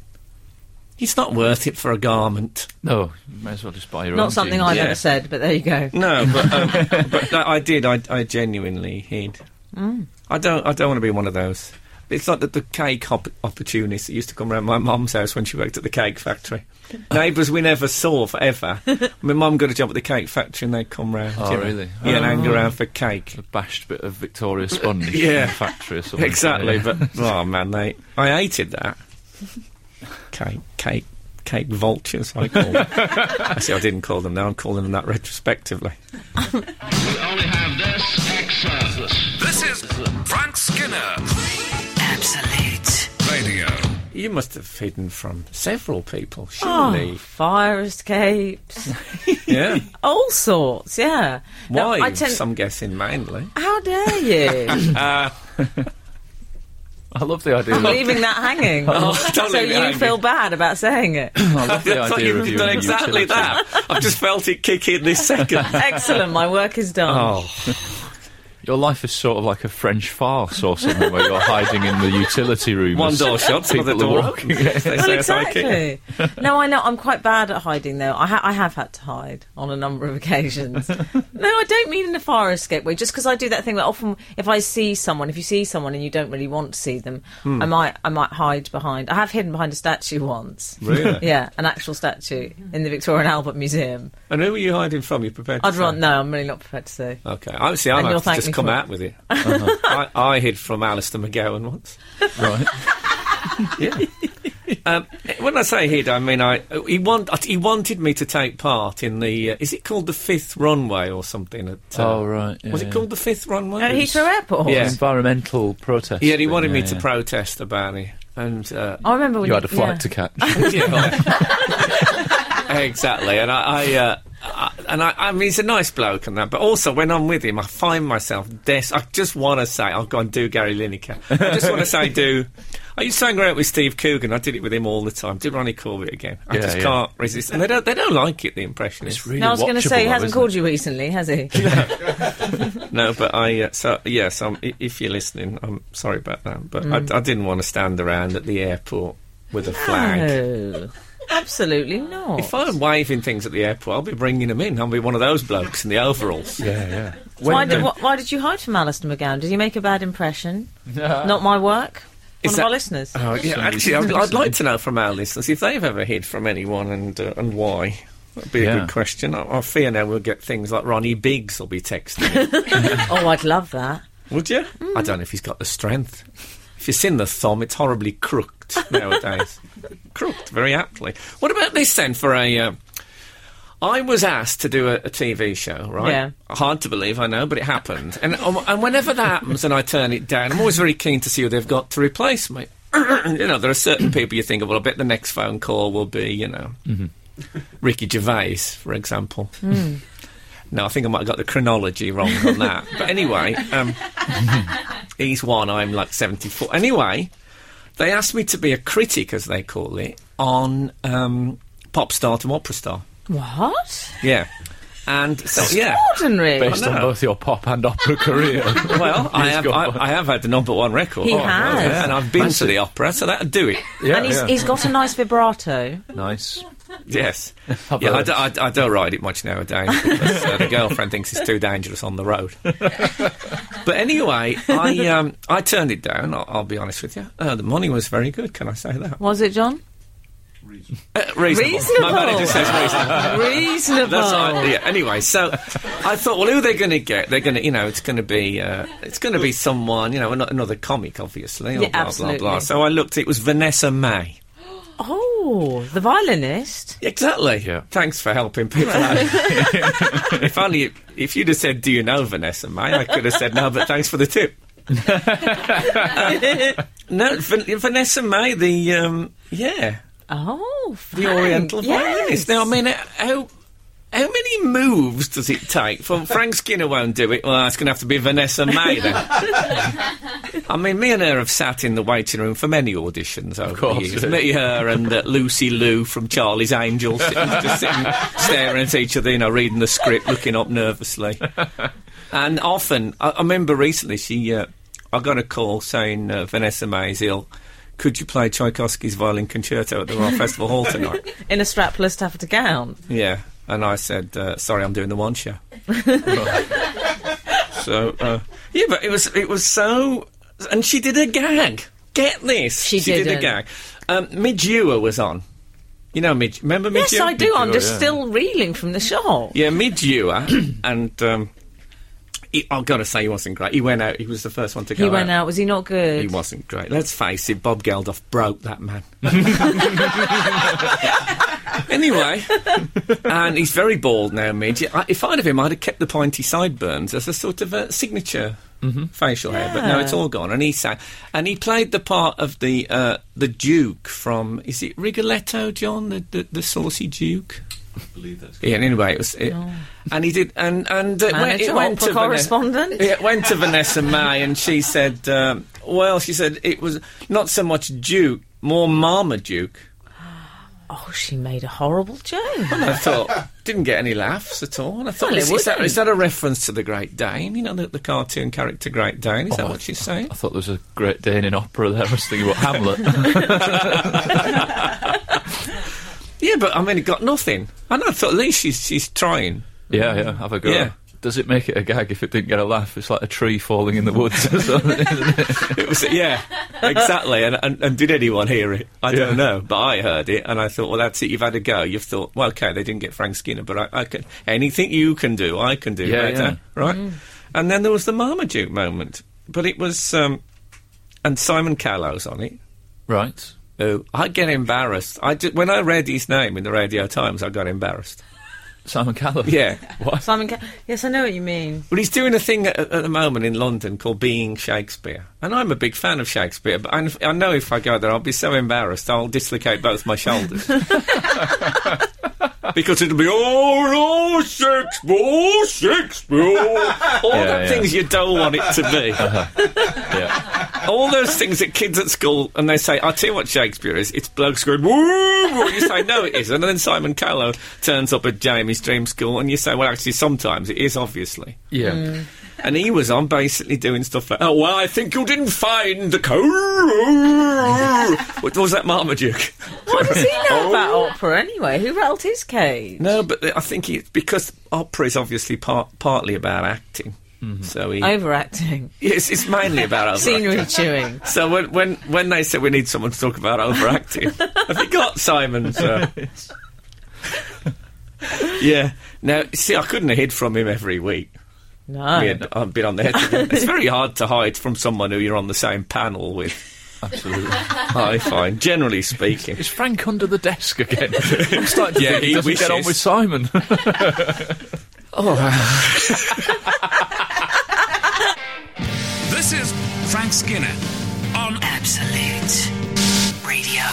D: It's not worth it for a garment.
E: No, you may as well just buy your own.
F: Not something
E: jeans.
F: I've
D: Yeah.
F: ever said, but there you go.
D: No, but um, but no, I did. I, I genuinely hid. I don't. I don't want to be one of those. It's like the, the cake op- opportunists that used to come round my mum's house when she worked at the cake factory. Neighbours we never saw forever. my mum got a job at the cake factory and they'd come round.
E: Oh,
D: you know.
E: really?
D: Yeah, and
E: Oh.
D: hang around for cake.
E: A bashed bit of
D: <laughs>
E: Victoria sponge.
D: Yeah.
E: from a factory or
D: <laughs>
E: something.
D: Exactly,
E: Yeah.
D: but
E: <laughs>
D: oh man, they I hated that. Cake, cake, cake vultures. I call
E: <laughs>
D: them. See, I didn't call them. Now I'm calling them that retrospectively.
B: This is Frank Skinner
C: Absolute.
B: Radio.
D: You must have hidden from several people,
F: Oh,
D: <laughs> surely.
F: fire escapes,
D: Yeah.
F: all sorts. Yeah. No,
D: Why?
F: I tend-
D: Some guessing mainly.
F: How
D: <laughs>
F: dare you?
E: I love the idea.
F: I'm <laughs>
E: Of,
F: leaving that hanging.
D: Oh, don't
F: so
D: leave
F: you
D: it hanging.
F: feel bad about saying
D: <laughs>
F: it.
E: I love the
D: I thought
E: idea
D: you've
E: of you
D: done
E: in a
D: exactly
E: utility.
D: that. I've just felt it kick in this second.
F: Excellent, my work is done.
D: <laughs> Oh,
E: Your life is sort of like a French farce or something, where you're hiding in the utility room.
D: one <laughs>
E: as
D: door shut,
E: people
D: another
E: are
D: door <laughs>
E: walking.
D: open. They say
F: well,
D: if I kick- <laughs>
F: exactly. no, I know. I'm quite bad at hiding, though. I, ha- I have had to hide on a number
D: <laughs>
F: of occasions. no, I don't mean in a fire escape way. Just because I do that thing that often, if I see someone, if you see someone and you don't really want to see them,
D: Hmm.
F: I might, I might hide behind. I have hidden behind a statue once.
D: Really?
F: Yeah, an actual statue in the Victoria and Albert Museum.
D: and who were you hiding from? You prepared? To
F: I'd
D: say?
F: run. No, I'm really not prepared to say.
D: Okay. I see. I
F: And
D: might
F: you'll
D: have to
F: thank
D: just
F: me
D: come
F: for it.
D: out with it.
F: <laughs>
D: I, I hid from Alistair McGowan once.
E: Right.
D: <laughs> Yeah. Um, when I say he'd, I mean I. He want he wanted me to take part in the. Uh, is it called the fifth runway or something? At, uh,
E: Oh, right, yeah,
D: was it
E: yeah.
D: called the fifth runway?
F: At Heathrow Airport.
D: Yeah.
E: Environmental protest.
D: Yeah, he wanted
E: thing,
D: me
E: yeah,
D: to
E: yeah.
D: protest about it, and uh,
F: I remember when
E: You had a flight
F: yeah.
E: to catch.
D: Yeah. exactly. And I, I, uh, I and I, I mean, he's a nice bloke and that, but also when I'm with him, I find myself des. I just want to say, I'll go and do Gary Lineker. I just want to say, do. I used to hang around with Steve Coogan. I did it with him all the time. Do Ronnie Corbett again. I
E: Yeah,
D: just
E: yeah.
D: can't resist. And they don't, they don't like it, the impressionists.
E: It's really
F: No, I was going to say he
E: watchable,
F: hasn't
E: though,
F: called
E: isn't
F: you recently, has he?
D: No, but I. Uh, so yes, I'm, i- if you're listening, I'm sorry about that. But I d- I, didn't want to stand around at the airport with a flag.
F: No, absolutely not.
D: If I'm waving things at the airport, I'll be bringing them in. I'll be one of those blokes in the overalls.
E: it? <laughs> Yeah, yeah.
F: why, did, wh- why did you hide from Alistair McGowan? Did he make a bad impression? Not my work. One
D: Is
F: of
D: that-
F: our listeners.
D: Oh, yeah, actually, I'd, I'd like to know from our listeners if they've ever hid from anyone and uh, and why. That'd be a
E: Yeah.
D: good question. I, I fear now we'll get things like Ronnie Biggs will be texting. in.
F: oh, I'd love that.
D: Would you? I don't know if he's got the strength. If you've seen the thumb, it's horribly crooked nowadays. crooked, very aptly. What about this then for a. Uh, I was asked to do a, a TV show, right?
F: Yeah.
D: Hard to believe, I know, but it happened. And um, and whenever that happens, and I turn it down, I'm always very keen to see who they've got to replace me. <clears throat> you know, there are certain people you think, well, I bet the next phone call will be, you know, Ricky Gervais, for example. No, I think I might have got the chronology wrong on that. but anyway, um, he's one. I'm like 74. Anyway, they asked me to be a critic, as they call it, on um, pop star to opera star.
F: What?
D: Yeah. And
E: <laughs>
D: so, yeah.
F: Ordinary.
E: Based on both your pop and
F: <laughs>
E: opera career.
D: Well, I
E: He's
D: have,
E: got
D: I,
E: one.
D: I have had the number one record. Oh,
F: He has.
D: yeah, and I've been to the opera, so that'd do
E: <laughs>
D: it.
E: yeah,
F: and he's,
E: yeah.
F: he's got a nice vibrato.
E: nice.
D: Yes.
E: I've
D: yeah, I,
E: heard.
D: d- I d- I don't ride it much nowadays because uh, the girlfriend thinks it's too dangerous on the road.
E: <laughs>
D: but anyway, I um, I turned it down, I'll, I'll be honest with you. Uh, the money was very good, can I say that?
F: Was it, John?
D: Uh, reasonable.
F: Reasonable.
D: My manager says reasonable.
F: Reasonable.
D: That's I, yeah. Anyway, so I thought, well, who are they going to get? They're going to, you know, it's going to be, uh, it's going to be someone, you know, ano- another comic, obviously, or
F: Yeah,
D: blah
F: absolutely.
D: blah blah. So I looked. It was Vanessa May.
F: Oh, the violinist.
D: Exactly.
E: Yeah.
D: Thanks for helping people out. if only if you'd have said, "Do you know Vanessa May?" I could have said no, but thanks for the tip.
F: <laughs>
D: Uh, No, Van- Vanessa May, the um, yeah,
F: oh,
D: the
F: Frank,
D: Oriental
F: yes.
D: violinist. Now, I mean, uh, how how many moves does it take? For Frank Skinner won't do it. Well, it's going to have to be Vanessa May then. I mean, me and her have sat in the waiting room for many auditions over
E: course,
D: the years.
E: yeah.
D: Me, her, and uh, Lucy Lou from Charlie's Angels, sitting, just sitting, staring at each other, you know, reading the script, looking up nervously. And often, I, I remember recently, she, uh, I got a call saying uh, Vanessa May is ill. Could you play Tchaikovsky's Violin Concerto at the Royal Festival Hall tonight?
F: in a strapless taffeta gown.
D: Yeah, and I said, uh, "Sorry, I'm doing the one show." so uh, yeah, but it was it was so, and she did a gag. Get this,
F: She
D: did a
F: didn't.
D: gag. Um, Midua was on. You know, Mid. Remember Midua?
F: Yes, I do. I'm
E: yeah.
F: just still reeling from the shock.
D: Yeah, Midua, and um, he, I've got to say, he wasn't great. He went out. He was the first one to go.
F: He went out. Was he not good?
D: He wasn't great. Let's face it, Bob Geldof broke that
F: <laughs>
D: man. anyway, and he's very bald now, Midge. I, if I'd have him, I'd have kept the pointy sideburns as a sort of a signature
F: Mm-hmm.
D: facial hair. But no, it's all gone. And he sang, and he played the part of the uh, the Duke from is it Rigoletto, John, the the, the saucy Duke. Yeah. Anyway, it was. It, And he did, and and uh, went,
F: Manager,
D: it went
F: opera
D: to Vanessa-
F: correspondent?
D: yeah, it went to Vanessa May, and she said, um, "Well, she said it was not so much Duke, more Marmaduke."
F: Oh, she made a horrible joke.
D: And I thought didn't get any laughs at all. And I thought,
F: Well, it
D: is, is that,
F: wouldn't.
D: is that a reference to the Great Dane? You know, the, the cartoon character Great Dane. Is that
E: Oh,
D: what she's saying?
E: I thought there was a Great Dane in opera there. I was thinking about
F: <laughs>
E: Hamlet.
D: Yeah, but I mean, it got nothing. And I thought, at least she's she's trying.
E: yeah, yeah, have a go.
D: Yeah.
E: Does it make it a gag if it didn't get a laugh? It's like a tree falling in the woods or something,
D: <laughs>
E: isn't it?
D: It was yeah, exactly. And, and and did anyone hear it? I don't know, but I heard it, and I thought, well, that's it. You've had a go. You've thought, well, okay, they didn't get Frank Skinner, but I, I can anything you can do, I can do
E: Yeah,
D: better,
E: yeah.
D: right? And then there was the Marmaduke moment, but it was um, and Simon Callow's on it.
E: Right.
D: who I get embarrassed. I ju- when I read his name in the Radio Times, I got embarrassed.
E: Simon Callum.
D: Yeah.
E: What?
F: <laughs> Simon, Ca- yes, I know what you mean.
D: But he's doing a thing at, at the moment in London called Being Shakespeare. And I'm a big fan of Shakespeare, but I, I know if I go there, I'll be so embarrassed, I'll dislocate both my
E: <laughs>
D: shoulders. because it'll be, oh, oh Shakespeare, oh,
E: <laughs>
D: Shakespeare. All
E: Yeah, Uh-huh.
D: the
E: yeah.
D: things you don't want it to be.
E: Yeah.
D: All those things that kids at school, and they say, I'll tell you what Shakespeare is. It's blokes going, woo, woo. You say, no, it isn't. And then Simon Callow turns up at Jamie's Dream School, and you say, well, actually, sometimes it is, obviously.
E: Yeah.
F: Mm.
D: And he was on basically doing stuff like, oh, well, I think you didn't find the
F: <laughs>
D: code. what was that, Marmaduke?
F: What does he know about opera anyway? Who rattled his cage?
D: Oh, No, but I think it's because opera is obviously part, partly about acting. So he,
F: Overacting,
D: <laughs> it's, it's mainly about opera.
F: <laughs> scenery chewing.
D: So when when when they said we need someone to talk about overacting, have you got Simon's? Uh... yeah. Now, see, I couldn't have hid from him every week.
F: No,
D: I mean, I've been on there. It's very hard to hide from someone who you're on the same panel with. <laughs>
E: Absolutely.
D: I find, generally speaking.
E: Is Frank under the desk
D: <laughs>
E: again? I'm starting to
D: Yeah,
E: think he,
D: he
E: doesn't get on
D: wishes.
F: <laughs>
E: with Simon.
B: This is Frank Skinner on
C: Absolute Radio.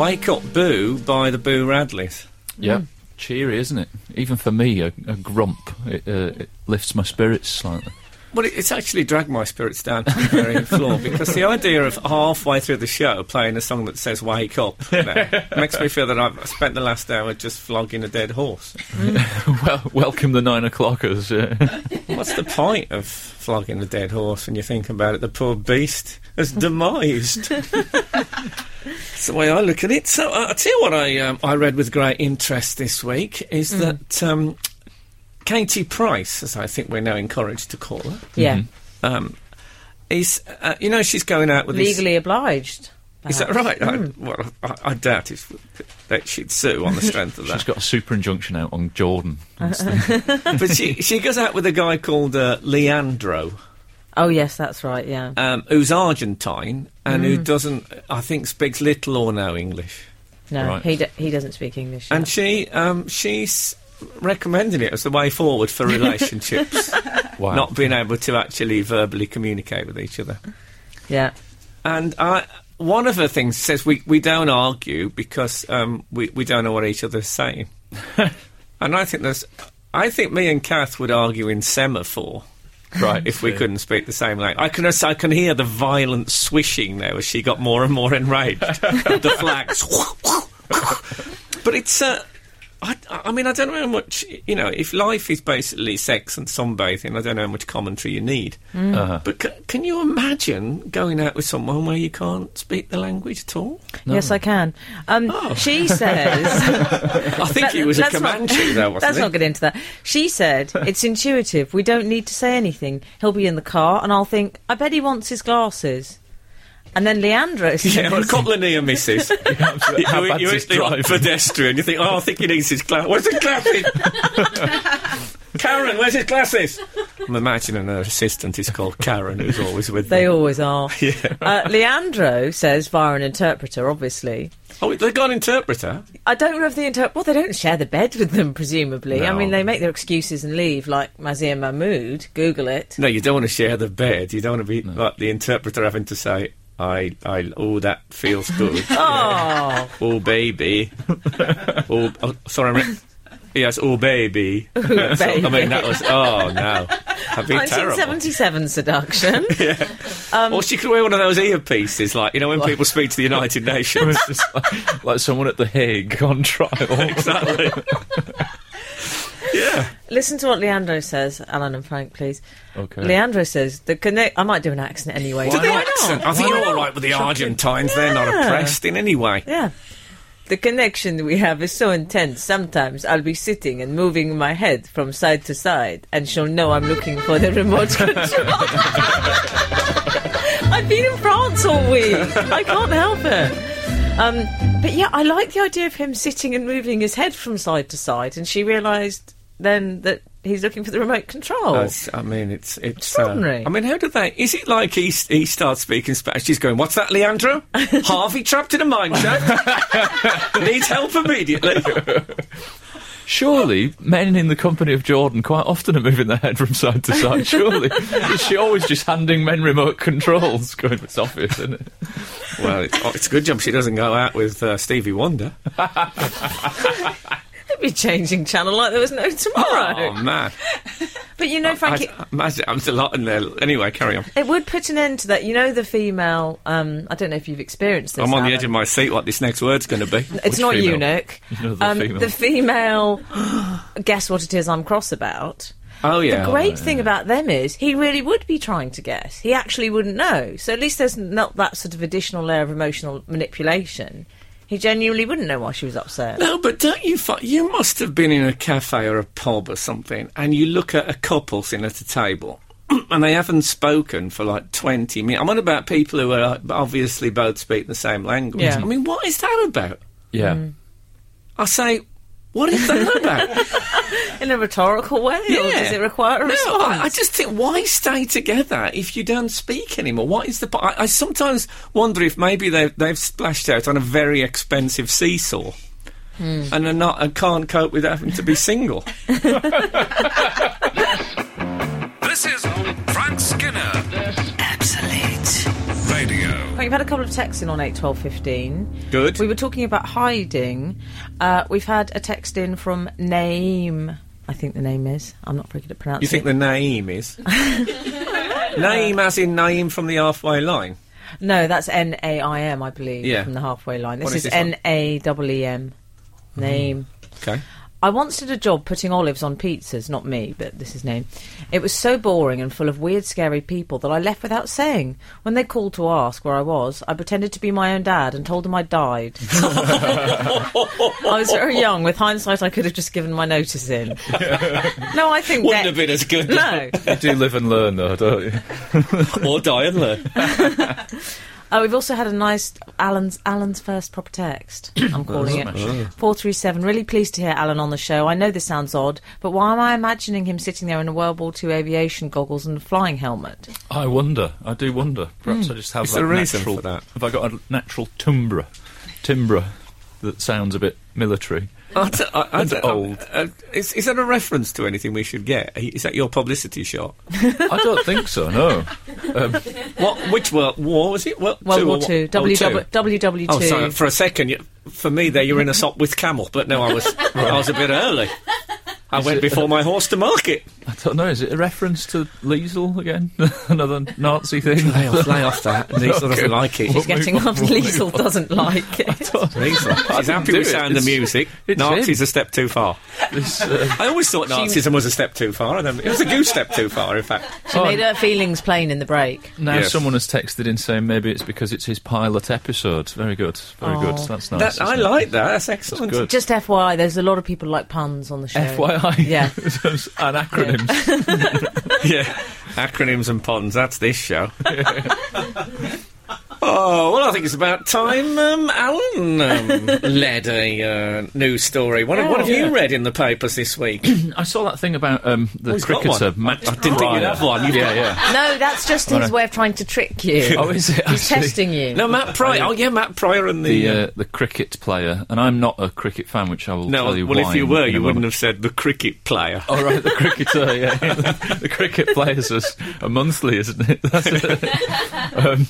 D: Wake up, Boo by the Boo Radleys.
E: yeah. Cheery, isn't it? Even for me, a, a grump, it, uh, it lifts my spirits slightly.
D: Well, it- it's actually dragged my spirits down to the very floor because the idea of halfway through the show playing a song that says "Wake Up" you know, makes me feel that I've spent the last hour just flogging a dead horse.
E: well, welcome the nine uh, o'clockers. Yeah.
D: What's the point of flogging a dead horse when you think about it? The poor beast has demised. That's the way I look at it. So uh, I tell you what I um, I read with great interest this week is that um, Katie Price, as I think we're now encouraged to call her,
F: yeah,
D: um, is uh, you know she's going out with this-
F: legally obliged.
D: Is that
F: perhaps.
D: right? I, well, I, I doubt it's that she'd sue on the strength of
E: <laughs> She's
D: that.
E: got a super injunction out on Jordan.
D: but she, she goes out with a guy called uh, Leandro,
F: Oh yes, that's right. Yeah,
D: um, who's Argentine and who doesn't, I think, speaks little or no English.
F: no,
E: right.
F: he d- he doesn't speak English.
D: And
F: yeah.
D: she um, she's recommending it as the way forward for relationships,
E: Wow.
D: not being able to actually verbally communicate with each other.
F: yeah,
D: And I, one of her things says we, we don't argue because um, we, we don't know what each other's saying. and I think there's, I think me and Kath would argue in semaphore
E: right.
D: if we
E: <laughs>
D: couldn't speak the same language. I can, as- I can hear the violent swishing now as she got more and more enraged. the flags. but it's. Uh, I, I mean, I don't know how much, you know, if life is basically sex and sunbathing, I don't know how much commentary you need.
E: Uh-huh.
D: But c- can you imagine going out with someone where you can't speak the language at all?
F: yes, I can. Um, She <laughs> says.
D: I think he
F: Let-
D: was a
F: let's not-
D: Comanche, though, wasn't
F: Let's
D: he?
F: not get into that.
D: <laughs>
F: She said, it's intuitive. We don't need to say anything. He'll be in the car, and I'll think, I bet he wants his glasses. And then Leandro says,
D: <laughs> Yeah, well, a couple of near misses.
E: How
D: you
E: bad's
D: you
E: his
D: actually like
E: drive?
D: pedestrian. You think, oh, I think he needs his glasses. Where's his glasses? Karen, where's his glasses? I'm imagining her assistant is called Karen, who's always with
F: They
D: them.
F: always
D: <laughs>
F: are. Uh, Leandro says, via an interpreter, obviously.
D: oh, they've got an interpreter.
F: I don't know if the interpreter. Well, they don't share the bed with them, presumably. I
D: No.
F: mean, they make their excuses and leave, like Mazir Mahmood. Google it.
D: No, you don't want to share the bed. You don't want to be like the interpreter having to say, I, I, oh, that feels good. <laughs>
F: Oh,
D: oh, baby. oh, oh, sorry, I'm. Re- Yes, oh baby. That's all- <laughs> I
F: baby.
D: mean, that was oh no, that'd be terrible.
F: 1977 seduction.
D: <laughs> or she could wear one of those earpieces, like you know when people speak to the United Nations.
E: It's just like, like someone at the Hague on trial.
D: exactly. yeah.
F: Listen to what Leandro says, Alan and Frank, please.
E: Okay.
F: Leandro says the connect. I might do an accent anyway.
D: Do
F: Why
D: they
F: not?
D: accent? I think
F: Why
D: you're all
F: not?
D: right with the Argentines. They're not oppressed in any way.
F: Yeah. The connection we have is so intense. Sometimes I'll be sitting and moving my head from side to side, and she'll know I'm looking for the remote <laughs> control. I've been in France all week. I can't help it. Um, but yeah, I like the idea of him sitting and moving his head from side to side, and she realised then that he's looking for the remote control.
D: That's- I mean, it's it's uh,
F: Extraordinary.
D: I mean, how did they? Is it like he he starts speaking Spanish? He's going, "What's that, Leandro? Harvey trapped in a mineshaft. Needs help immediately."
E: Surely, men in the company of Jordan quite often are moving their head from side to side. Surely, is she always just handing men remote controls? <laughs> Going, it's obvious, isn't it?
D: well, it's, oh, it's a good job she doesn't go out with uh, Stevie Wonder.
F: They'd be changing channel like there was no tomorrow.
D: Oh man,
F: but you know,
D: I,
F: Frankie,
D: I imagine I'm a lot in there. Anyway, carry on.
F: it would put an end to that. You know, the female. Um, I don't know if you've experienced this.
D: I'm on the
F: Alan.
D: edge of my seat. What this next word's going to be?
F: It's
E: Which
F: not
E: female?
D: <laughs>
F: eunuch.
E: know, the female.
F: The female. <gasps> guess what it is? I'm cross about.
D: Oh yeah.
F: The great thing about them is he really would be trying to guess. He actually wouldn't know. So at least there's not that sort of additional layer of emotional manipulation. He genuinely wouldn't know why she
D: <laughs>
F: was upset.
D: No, Oh, but don't you fi- you must have been in a cafe or a pub or something, and you look at a couple sitting at a table, <clears throat> and they haven't spoken for like twenty minutes. I'm on about people who are like, obviously both speak the same language.
F: Yeah.
D: I mean, what is that about?
E: Yeah.
D: I say, what is that about?
F: In a rhetorical way, or does it require a
D: no,
F: response?
D: I, I just think why stay together if you don't speak anymore? What is the? po- I, I sometimes wonder if maybe they've they've splashed out on a very expensive seesaw, and are not and can't cope with having to be <laughs> single.
B: This is Frank Skinner
C: Absolute
B: Radio.
F: Right, You've had a couple of texts in on eight twelve fifteen.
D: Good.
F: We were talking about hiding. Uh, we've had a text in from Naim. I think the name is. I'm not very good at pronouncing.
D: You think the Naeem <laughs> is? Naeem as in Naeem from the halfway line.
F: it. No, that's N A I M, I believe,
D: Yeah.
F: from the halfway line. This
D: What is
F: is
D: this one?
F: N A W E M. Name.
D: Okay.
F: I once did a job putting olives on pizzas, not me, but this is name. It was so boring and full of weird, scary people that I left without saying. When they called to ask where I was, I pretended to be my own dad and told them I died.
D: <laughs>
F: I was very young. With hindsight, I could have just given my
D: <laughs>
F: notice in. no, I think that.
D: been as good.
F: no,
E: You do live and learn, though, don't you?
D: <laughs> or die and learn.
F: Oh, we've also had a nice Alan's Alan's first
D: <clears throat>
F: proper text. I'm calling it four three seven. Really pleased to hear Alan on the show. I know this sounds odd, but why am I imagining him sitting there in a World War II aviation goggles and a flying helmet?
E: I wonder. I do wonder. Perhaps I just have
D: Is
E: that
D: there a reason
E: natural.
D: for that?
E: Have I got a natural timbre, timbre that sounds a bit military?
D: I d- I- I
E: And
D: don't-
E: old.
D: uh, is, is that a reference to anything we should get? Is that your publicity shot?
E: I don't think so. No.
D: What? Which world war was it? World,
F: World
D: two
F: War
D: or what-
F: II,
D: oh, two.
F: WW WW2.
D: Oh, sorry. For a second, you, for me, there you're in a sop with camel, but no, I was I was a bit early. I went
E: it-
D: before my horse to market.
E: I don't know. Is it a reference to Liesel again? <laughs> Another Nazi thing?
D: lay off that. <laughs> Lisa doesn't like it.
F: She's
D: <laughs>
F: getting
E: move on,
F: up.
E: we'll
F: Liesel doesn't like it.
D: She's happy
E: do
D: with
E: it.
D: sound and
E: It's-
D: music.
E: it's
D: Nazis
E: him.
D: a step too far.
E: This, uh,
D: I always thought Nazism was a step too far. And then it was a goose step too far, in fact.
F: She made
D: oh.
F: her feelings plain in the break.
E: now
D: Yes.
E: someone has texted in saying maybe it's because it's his pilot episode. Very good. Very good. That's nice.
D: That, I
E: isn't it?
D: like that. That's excellent.
E: good.
F: Just FYI, there's a lot of people like puns on the
D: uh,
F: show.
E: FYI. <laughs>
F: Yeah.
E: and acronyms.
D: <laughs> yeah. Acronyms and puns. That's this show. oh, well, I think it's about time um, Alan um, led a uh, news story. What, what have you read in the papers this
E: <coughs>
D: week?
E: I saw that thing about um, the
D: Oh, he's got
E: cricketer
D: one.
E: Max
D: I didn't think you'd
E: Pryor.
D: have one. You've
E: yeah,
D: got-
E: yeah.
F: No, that's just his way of trying to
D: <laughs>
F: trick you.
E: Oh, is it?
F: He's
E: actually?
F: testing you.
D: no, Matt Pryor. Oh, yeah, Matt Pryor and the.
E: The,
D: uh,
E: uh, the cricket player, and I'm not a cricket fan, which I will
D: no,
E: tell you
D: well,
E: why
D: if you
E: in-
D: were,
E: in a
D: you wouldn't
E: moment.
D: have said the cricket player.
E: Oh, right, the cricketer, yeah. <laughs> the, cricket players is a monthly, isn't it? <laughs> That's it. um,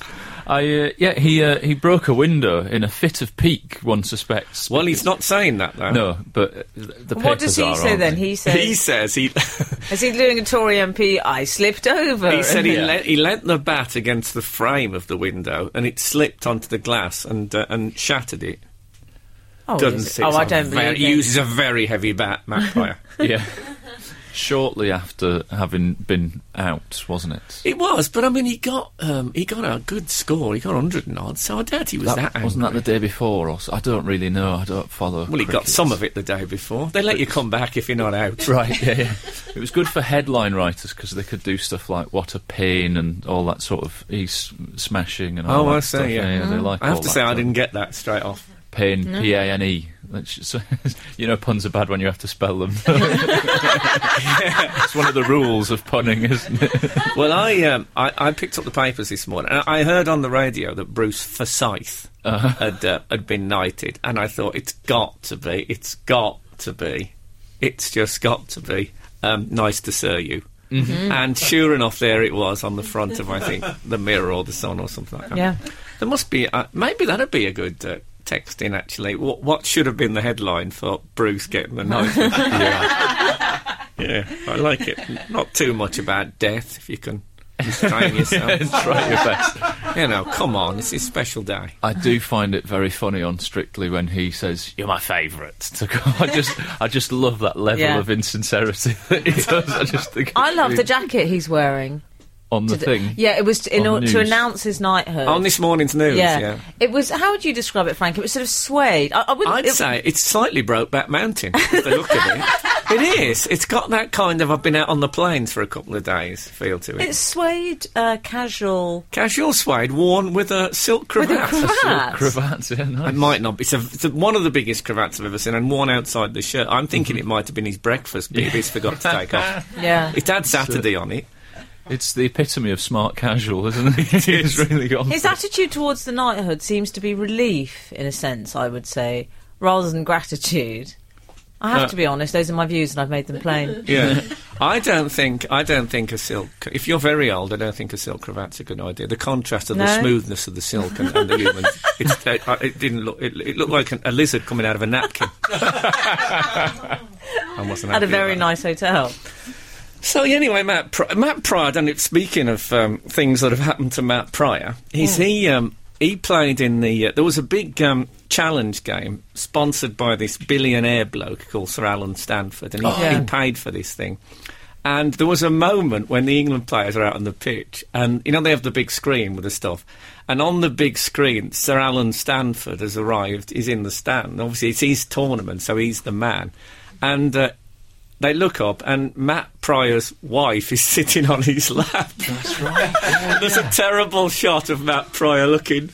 E: I, uh, yeah, he uh, he broke a window in a fit of pique, one suspects.
D: Well, he's not saying that, though.
E: No, but uh, the
F: What does
E: papers
F: he
E: are,
F: say
E: aren't
F: then?
E: they?
F: He says
D: He says he. <laughs>
F: Is he doing a Tory MP? I slipped over.
D: He said he,
F: <laughs>
E: Yeah.
D: lent, he lent the bat against the frame of the window and it slipped onto the glass and uh, and shattered it.
F: oh,
D: Doesn't
F: is
D: sit
F: it? oh I
D: something
F: don't
D: very,
F: believe
D: He
F: it.
D: uses a very heavy bat, <laughs> Macquire.
E: Yeah. Shortly after having been out, wasn't it?
D: it was, but I mean, he got um, he got a good score. He got 100 and odd, so I doubt he was that, angry.
E: wasn't that the day before? Or so? I don't really know. I don't follow.
D: Well, he got
E: cricket.
D: some of it the day before. They let you come back if you're not
E: <laughs>
D: out. <laughs>
E: Right, yeah, yeah. It was good for headline writers because they could do stuff like "What a pain" and all that sort of he's smashing and all
D: Oh,
E: that
D: I see,
E: stuff.
D: yeah.
F: Mm.
E: they like
D: I have
E: all
D: to
E: that
D: say, I
E: stuff.
D: didn't get that straight off.
E: pain, P A N E. That's- so- <laughs> you know, puns are bad when you have to
F: <laughs>
E: spell them. <laughs> it's one of the rules of punning, isn't it?
D: Well, I, um, I I picked up the papers this morning, and I heard on the radio that Bruce Forsyth had uh, had been knighted, and I thought it's got to be, it's got to be, it's just got to be. Um, nice to see you. And sure enough, there it was on the front of I think the Mirror or the Sun or something like that.
F: Yeah.
D: there must be. Uh, maybe that'd be a good. Uh, Text in actually. What, what should have been the headline for Bruce getting the knife?
E: <laughs>
D: yeah, I like it. Not too much about death, if you can
E: <laughs>
D: restrain yourself.
E: Try your best.
D: You know, come on, it's his special day.
E: I do find it very funny on Strictly when he says, "You're my favourite." To go- I just, I just love that level
F: Yeah.
E: of insincerity that he does. I just think
F: I love the jacket he's wearing.
E: on the
F: To the-
E: thing.
F: Yeah, it was in
E: On
F: order
E: the
F: to
E: news.
F: announce his knighthood.
D: On this morning's news, yeah.
F: It was. How would you describe it, Frank? It was sort of suede. I, I wouldn't.
D: I'd
F: it-
D: say it's slightly broke back mountain, if the look of
F: <laughs>
D: it. It is. It's got that kind of I've been out on the plains for a couple of days feel to it.
F: it's suede, uh, casual
D: Casual suede worn with a silk
F: with a
D: cravat.
E: Silk
F: cravat.
E: cravats, yeah, nice.
D: It might not be. It's, a, it's a, one of the biggest cravats I've ever seen, and worn outside the shirt. I'm thinking it might have been his breakfast, but he's forgot to take off.
F: <laughs> Yeah.
D: It's had Saturday on it.
E: It's the epitome of smart casual, isn't it? <laughs> it is really gone.
F: His attitude towards the knighthood seems to be relief, in a sense. I would say, rather than gratitude. I have to be honest. Those are my views, and I've made them plain.
D: Uh, Yeah, <laughs> I don't think I don't think a silk. If you're very old, I don't think a silk cravat's a good idea. The contrast of the
F: No?
D: smoothness of the silk and, and the human, it's, it, uh, it didn't look. It, it looked like an, a lizard coming out of a
F: <laughs>
D: napkin. <laughs> I wasn't
F: At a
D: happy
F: very
D: about
F: nice hotel.
D: that. So anyway, Matt Pr- Matt Pryor. And if, speaking of um, things that have happened to Matt Pryor, he's he um, he played in the. Uh, there was a big. Um, Challenge game sponsored by this billionaire bloke called Sir Alan Stanford, and he,
F: Oh. Yeah.
D: he paid for this thing. And there was a moment when the England players are out on the pitch, and you know they have the big screen with the stuff. And on the big screen, Sir Alan Stanford has arrived. He's in the stand. Obviously, it's his tournament, so he's the man. And uh, they look up, and Matt Pryor's wife is <laughs> sitting on his lap. That's right. There's a terrible shot of Matt Pryor looking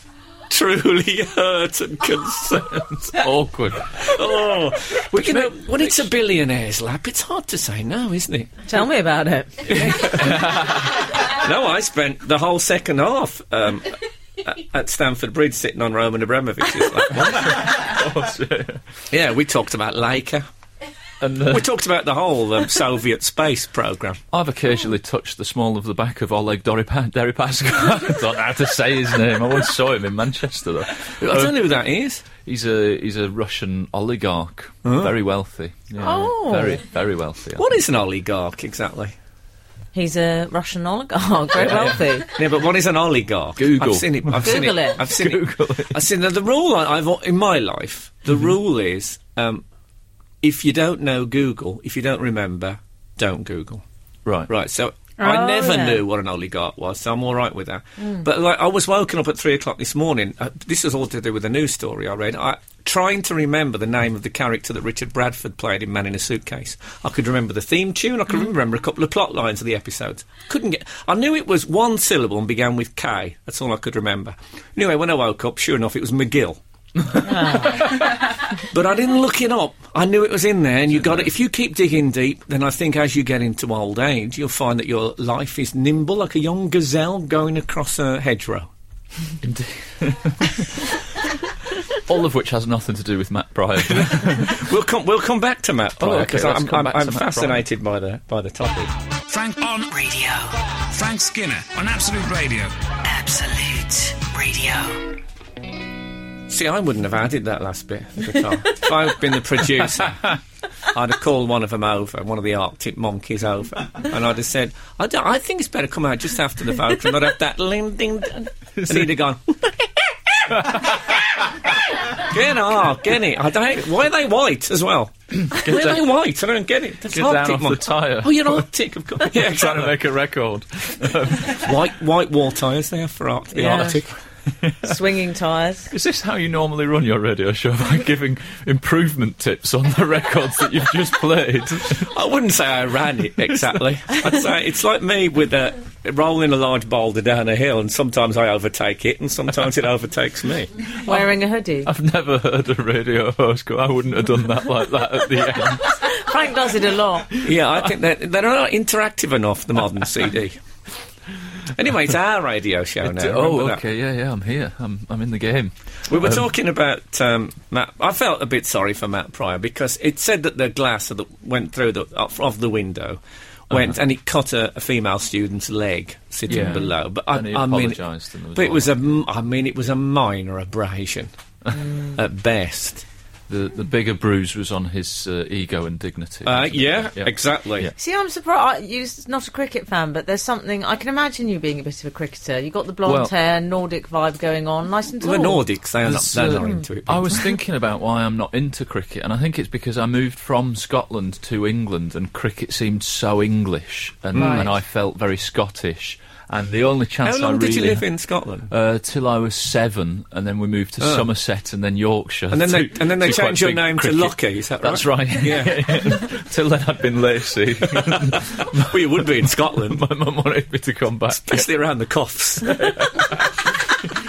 D: truly hurt and concerned.
E: <laughs> awkward.
D: oh, you know, when it's a billionaire's lap, it's hard to say no, isn't it?
F: Tell me about it.
D: No, I spent the whole second half um, a- at Stamford Bridge sitting on Roman Abramovich's <laughs> lap. yeah, we talked about Leica.
E: And uh,
D: We talked about the whole um, Soviet space program.
E: I've occasionally touched the small of the back of Oleg Deripa- Deripaska. <laughs> I don't know how to say his name. I once saw him in Manchester, though.
D: I
E: Um,
D: don't know who that is.
E: He's a he's a Russian oligarch, very wealthy. Yeah,
F: Oh.
E: very very wealthy. I
D: What
E: think.
D: is an oligarch exactly?
F: He's a Russian oligarch, <laughs> very wealthy.
D: Yeah, but what is an oligarch?
E: Google.
D: I've seen it. I've seen
F: Google
D: it.
F: it.
D: I've seen it. I've seen the, the rule. I, I've in my life. The rule is, um, if you don't know Google, if you don't remember, don't Google.
E: right?
D: Right, so I
F: Oh,
D: never
F: yeah. Hmm.
D: knew what an oligarch was, so I'm all right with that. But like, I was woken up at three o'clock this morning. Uh, this was all to do with a news story I read. I, trying to remember the name of the character that Richard Bradford played in Man in a Suitcase. I could remember the theme tune. I could
F: Hmm.
D: remember a couple of plot lines of the episodes. Couldn't get. I knew it was one syllable and began with K. That's all I could remember. Anyway, when I woke up, sure enough, it was McGill. But I didn't look it up. I knew it was in there, and you got it. If you keep digging deep, then I think as you get into old age, you'll find that your life is nimble like a young gazelle going across a hedgerow.
E: Indeed. All of which has nothing to do with Matt
D: <laughs>
E: Pryor.
D: We'll come. We'll come back to Matt
E: Oh,
D: Pryor
E: okay,
D: because
E: let's
D: I'm,
E: come
D: I'm,
E: back
D: I'm
E: to Matt Pryor.
D: fascinated by the by the topic.
B: Frank on
C: Radio.
B: Frank Skinner on Absolute Radio.
C: Absolute Radio.
D: See, I wouldn't have added that last bit. Of guitar. <laughs> if I'd been the producer, I'd have called one of them over, one of the Arctic monkeys over, and I'd have said, I, don't- I think it's better come out just after the vocal, and I'd have that ling ding dong. And he'd have gone, Get off, get it. I don't, why are they white as well? why are they white? I don't get it. That's
E: Get down
D: Arctic
E: off the
D: monk-
E: tyre. <laughs>
D: Oh, you're Arctic, of course. Yeah,
E: trying
D: exactly.
E: to make a record.
D: White, white wall tyres they have for Arctic, the
F: Yeah.
D: Arctic.
F: swinging tyres.
E: Is this how you normally run your radio show <laughs> by giving improvement tips on the records that you've just played?
D: I wouldn't say I ran <laughs> it exactly. I'd say it's like me with a rolling a large boulder down a hill, and sometimes I overtake it, and sometimes it overtakes me.
F: Wearing a hoodie.
E: I've never heard a radio host go, "I wouldn't have done that like that at the end."
F: Frank does it a lot.
D: Yeah, I think they're, they're not interactive enough. The modern <laughs> CD. Anyway, it's our radio show now.
E: oh,
D: remember that?
E: okay, yeah, yeah, I'm here. I'm, I'm in the game.
D: We were talking about um, Matt. I felt a bit sorry for Matt Pryor because it said that the glass of the, went through the of, of the window. Went and it cut a, a female student's leg sitting
E: Uh-huh. Yeah.
D: below. But
E: And
D: I,
E: he
D: I mean,
E: apologised and there was
D: but it
E: all
D: was a, m- I mean, it was a minor
E: <laughs>
D: abrasion at best. Uh,
E: The the bigger bruise was on his uh, ego and dignity.
D: Uh,
E: wasn't it?
D: yeah, exactly.
E: Yeah.
F: See, I'm surprised. I- You're s- not a cricket fan, but there's something I can imagine you being a bit of a cricketer. You got the blonde
E: Well-
F: hair, Nordic vibe going on, nice and tall.
D: The Nordics, they are not,
E: There's,
D: they're
E: uh,
D: not into it.
E: I was thinking about why I'm not into cricket, and I think it's because I moved from Scotland to England, and cricket seemed so English, and, and I felt very Scottish. And the only chance
D: How long
E: I really
D: did you live in Scotland?
E: Uh, till I was seven, and then we moved to Somerset and then Yorkshire.
D: Oh. And then they-
E: Two-
D: and then they
E: two quite
D: changed your
E: big
D: name to
E: cricket-
D: Lockie, is that
E: That's right.
D: Yeah.
E: <laughs> till then I'd been <laughs> lazy.
D: well, you would be in
E: <laughs>
D: Scotland,
E: My mum wanted me to come back.
D: especially around the coughs.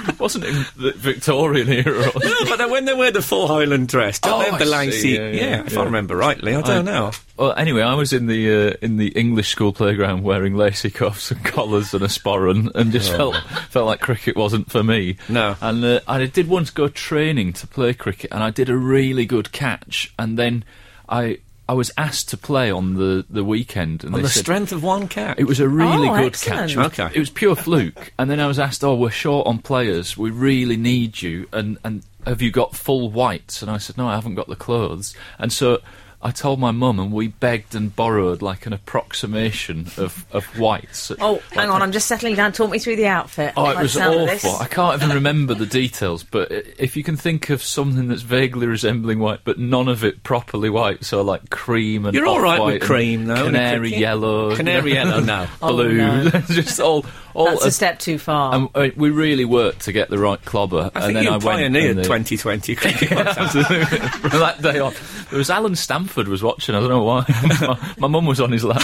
E: It wasn't in the Victorian <laughs> era. or-
D: No, but then when they wear the full Highland dress, don't
E: Oh,
D: they have the
E: I
D: lacy?
E: see,
D: Yeah,
E: yeah, yeah,
D: if
E: yeah.
D: I remember rightly, I don't know.
E: Well, anyway, I was in the uh, in the English school playground wearing lacy cuffs and collars and a sporran, and just felt felt like cricket wasn't for me.
D: No.
E: and uh, I did once go training to play cricket, and I did a really good catch, and then I I was asked to play on the the weekend, and
D: On
E: they
D: the
E: said-
D: strength of one cat.
E: It was a really
F: Oh,
E: good
F: excellent.
E: catch. It was-
D: Okay.
E: It was pure fluke. <laughs> And then I was asked, "Oh, we're short on players. We really need you. And and have you got full whites?" And I said, "No, I haven't got the clothes." And so I told my mum, and we begged and borrowed like an approximation of of
F: <laughs>
E: whites.
F: Oh, hang on, I'm just settling down. Talk me through the outfit.
E: Oh,
F: I
E: it
F: like
E: was
F: the sound of this.
E: awful. I can't even remember the details, but i- if you can think of something that's vaguely resembling white, but none of it properly white, so like cream and
D: You're all right
E: off-white
D: with
E: and
D: cream, though, isn't it?
E: canary yellow, <laughs> you
D: Canary
E: know,
D: yellow, no.
E: blue,
F: Oh, no.
E: <laughs> just all all.
F: That's a step too far.
E: and uh, we really worked to get the right clobber,
D: I
E: and
D: think
E: then
D: you
E: I went and
D: pioneered
E: the- <laughs>
D: 2020 cricket.
E: From that day on, there was Alan Stamford was watching. I don't know why. <laughs> my, my mum was on
D: <laughs>
E: his lap.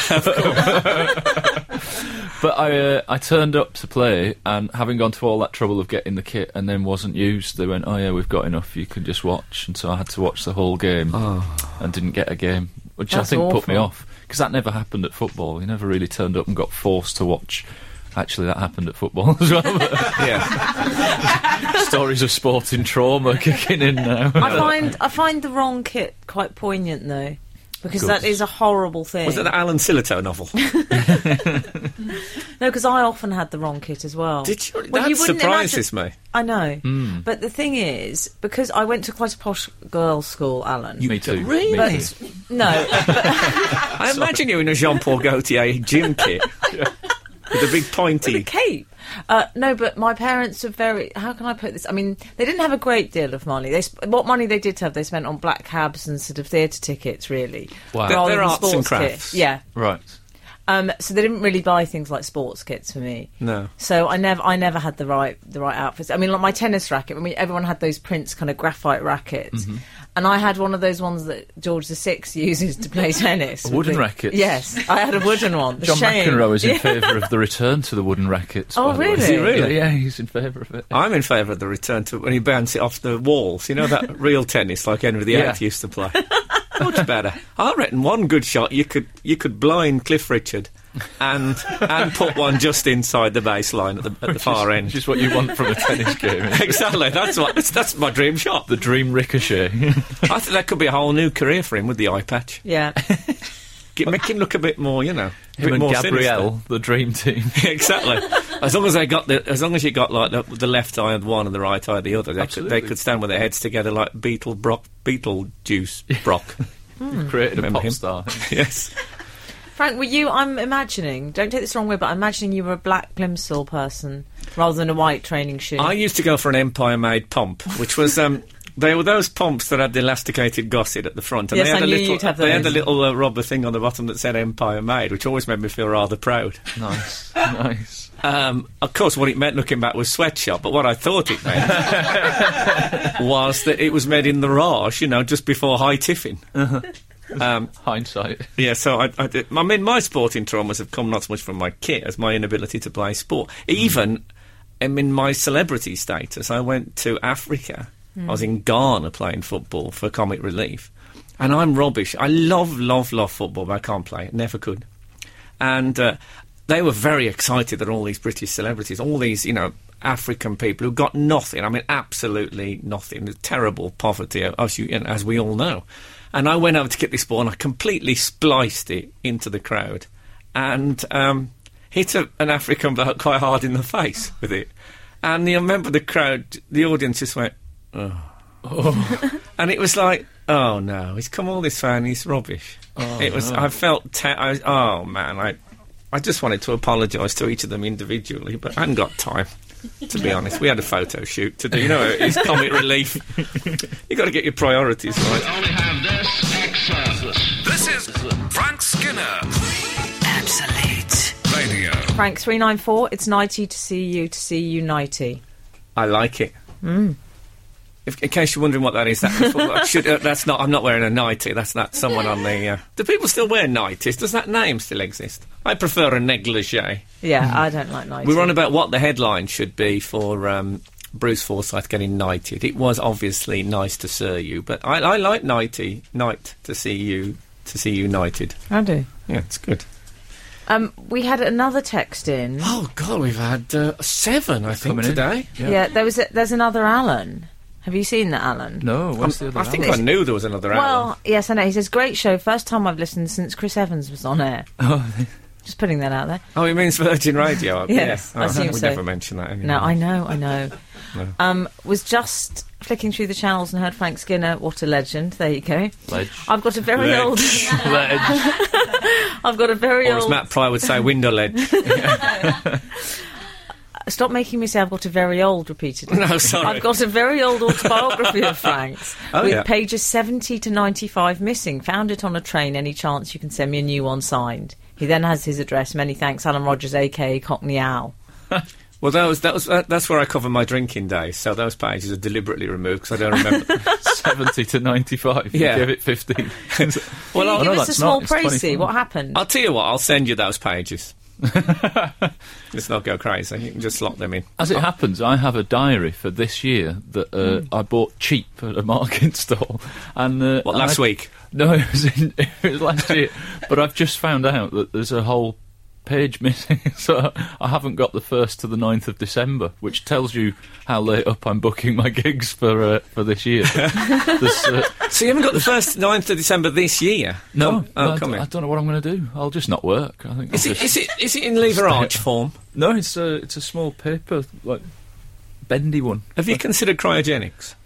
E: but I, uh, I turned up to play, and having gone to all that trouble of getting the kit and then wasn't used, they went, "Oh yeah, we've got enough. You can just watch." And so I had to watch the whole game, and didn't get a game, which
F: That's
E: I think put me
F: awful.
E: off because that never happened at football. You never really turned up and got forced to watch. Actually, that happened at football <laughs> as well. but
D: yeah.
E: <laughs> Stories of sporting trauma kicking in
F: <laughs>
E: now.
F: I find I find the wrong kit quite poignant though, because
E: Good.
F: that is a horrible thing.
D: Was it the Alan Silito
E: <laughs>
D: novel?
F: No, because I often had the wrong kit as well.
D: Did you?
F: Well,
D: that
F: you wouldn't
D: surprises
F: imagine-
D: me.
F: I know, but the thing is, because I went to quite a posh girls' school, Alan.
E: me too. me
D: Really?
E: too.
F: no,
D: I imagine you in a Jean Paul Gaultier gym
E: <laughs>
D: kit. With a big pointy.
F: <laughs> the cape. Uh, no, but my parents were very. How can I put this? I mean, they didn't have a great deal of money. They sp- what money they did have, they spent on black cabs and sort of theatre tickets, really.
E: Wow.
F: rather
D: Their- their
F: than
D: arts and
F: sports kit.
D: crafts.
F: Yeah.
E: Right.
F: Um, so they didn't really buy things like sports kits for me.
D: No.
F: So I never, I never had the right, the right outfits. I mean, like my tennis racket. I mean, everyone had those Prince kind of graphite rackets, and I had one of those ones that George VI <laughs> uses to play tennis. with
E: wooden
F: the-
E: rackets?
F: Yes, I had a wooden one. The
E: John
F: shame.
E: McEnroe is
F: <laughs>
E: in
F: Yeah.
E: favour of the return to the wooden rackets.
F: Oh,
E: by the way.
F: really? Is he
D: really?
E: Yeah, yeah, he's in favour of it.
D: I'm in favour of the return to when you bounce it off the walls. You know
E: <laughs>
D: that real tennis like Henry VIII
E: Yeah.
D: used to
E: <laughs>
D: play. Much better. I reckon one good shot you could you could blind Cliff Richard, and and put one just inside the baseline at
E: <laughs>
D: the, at the far
E: Which
D: end.
E: is what you want from a tennis game. isn't it?
D: exactly. That's what that's, that's my dream shot.
E: The dream ricochet.
D: I think that could be a whole new career for him with the eye patch.
F: Yeah.
D: Get- make him look a bit more, you know, a bit
E: Him and
D: more
E: Gabrielle, the dream team.
D: sinister. <laughs> exactly. As long as they got the, as long as you got like the, the left eye of one and the right eye of the other, they could, they
E: Absolutely.
D: could stand with their heads together like beetle brock, beetle juice
F: <laughs>
D: brock. <laughs>
E: You've created a
D: Remember
E: pop
D: him?
E: star.
D: yes.
F: Frank, were you? I'm imagining. Don't take this the wrong way, but I'm imagining you were a black plimsoll person rather than a white training shoe.
D: I used to go for an Empire made pump, which was um, They were those pumps that had the elasticated gosset at the front, and
F: Yes,
D: they had
F: I
D: a
F: knew
D: little,
F: you'd have
D: they had a
F: those.
D: little uh, rubber thing on the bottom that said Empire Made, which always made me feel rather proud.
E: Nice, nice.
D: Um, of course, what it meant looking back was sweatshop, but what I thought it meant was that it was made in the Raj, you know, just before high tiffin.
E: Hindsight.
D: Yeah, so I, I, did- I mean, my sporting traumas have come not so much from my kit as my inability to play sport. Even um, in my celebrity status, I went to Africa. I was in Ghana playing football for Comic Relief. And I'm rubbish. I love, love, love football, but I can't play it. Never could. And uh, they were very excited that all these British celebrities, all these, you know, African people who got nothing. I mean, absolutely nothing. The terrible poverty, uh, as, you, you know, as we all know. And I went over to get this ball and I completely spliced it into the crowd and um, hit a, an African bloke quite hard in the face with it. And you remember the crowd, the audience just went, and it was like, oh no, he's come all this way and he's rubbish. it was, I felt, te- I, oh man, I, I just wanted to apologise to each of them individually, but I hadn't got time. To be honest, we had a photo shoot to do. You know, it's comic relief. you got to get your priorities right.
B: Only have this excellent. This is Frank Skinner
C: Absolute.
B: Radio.
F: Frank three nine four. It's ninety to see you to see you ninety.
D: I like it. If, in case you're wondering what that is, that was what- I should, uh, that's not. I'm not wearing a nightie. That's not someone on the. Uh, do people still wear nighties? Does that name still exist? I prefer a negligee.
F: Yeah, I don't like ninety.
D: We were on about what the headline should be for um, Bruce Forsyth getting knighted. It was obviously nice to see you, but I, I like nighty night to see you to see you knighted.
F: I do.
D: Yeah, it's good.
F: Um, we had another text in.
D: Oh God, we've had uh, seven, I think,
E: Coming in.
D: today.
F: yeah. there was a, there's another Alan. Have you seen that Alan?
E: No, what's Oh, the other
D: Um, I think
E: one?
D: I knew there was another hour.
F: Well, yes, I know. He says great show. First time I've listened since Chris Evans was on air.
E: Oh.
F: Just putting that out there.
D: <laughs> Oh, it means Virgin Radio.
F: Yes,
D: yeah.
F: I
D: Oh,
F: assume
D: we
F: so.
D: never mention that. Anyway.
F: No, I know, I know. Um, was just flicking through the channels and heard Frank Skinner. What a legend! There you go.
E: Ledge.
F: I've got a very
D: Ledge.
F: old. <laughs>
E: <laughs> Ledge.
F: I've got a very
D: Or as
F: old.
D: Matt Pry would say, window
F: <laughs>
D: ledge.
F: Stop making me say I've got a very old repeatedly.
D: No, sorry.
F: I've got a very old autobiography of Frank's
D: Oh,
F: with
D: yeah.
F: pages 70 to 95 missing. Found it on a train. Any chance you can send me a new one signed? He then has his address. Many thanks, Alan Rogers, aka Cockney Owl.
D: Well, that was that was that, that's where I cover my drinking days. So those pages are deliberately removed because I don't remember. them.
E: 70 to 95.
D: Yeah.
E: You give it 15.
F: Well,
E: oh,
F: Can you
E: no,
F: give us a
E: that's
F: small
E: not. It's
F: précis?
E: 25.
F: What happened?
D: I'll tell you what. I'll send you those pages. <laughs> Let's not go crazy. You can just slot them in.
E: As it happens, I have a diary for this year that uh, I bought cheap at a market <laughs> stall. And uh,
D: What
E: and
D: last
E: I-
D: week?
E: No, <laughs> it was, in, it was last year. but I've just found out that there's a whole page <laughs> missing, so I haven't got the first to the 9th of December, which tells you how late up I'm booking my gigs for uh, for this
D: <laughs>
E: year. There's, uh,
D: So you haven't got the first <laughs> 9th of December this year.
E: no,
D: Oh,
E: I,
D: come
E: d-
D: here.
E: I don't know what I'm going to do. I'll just not work. I think.
D: Is
E: I'll
D: it
E: just-
D: is it is it in lever arch form?
E: No, it's a it's a small paper like bendy one.
D: Have you considered
E: <laughs>
D: cryogenics?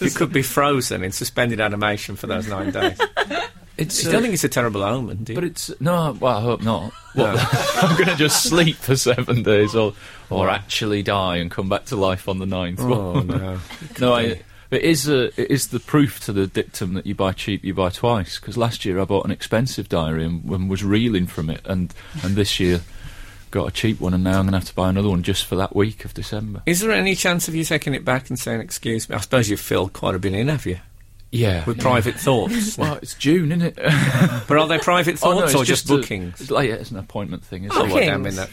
D: you could be frozen in suspended animation for those nine
E: <laughs>
D: days.
E: It's
D: I
E: uh,
D: don't think it's a terrible omen, do you?
E: But it's no. Well, I hope not. Well, <laughs> I'm going to just sleep for seven days, or or actually die and come back to life on the ninth.
D: oh no.
E: no, I, it is uh it is the proof to the dictum that you buy cheap, you buy twice. Because last year I bought an expensive diary and, and was reeling from it, and and this year got a cheap one, and now I'm going to have to buy another one just for that week of December.
D: Is there any chance of you taking it back and saying, excuse me? I suppose you've filled quite a bit in, have you?
E: Yeah.
D: With private thoughts.
E: <laughs> well, it's June, isn't it?
D: but are they private
E: <laughs> Oh, no,
D: thoughts
E: it's
D: or just,
E: a-
D: bookings?
E: it's like, yeah, it's an appointment thing. Isn't
D: Oh, well,
E: It?
D: damn in that.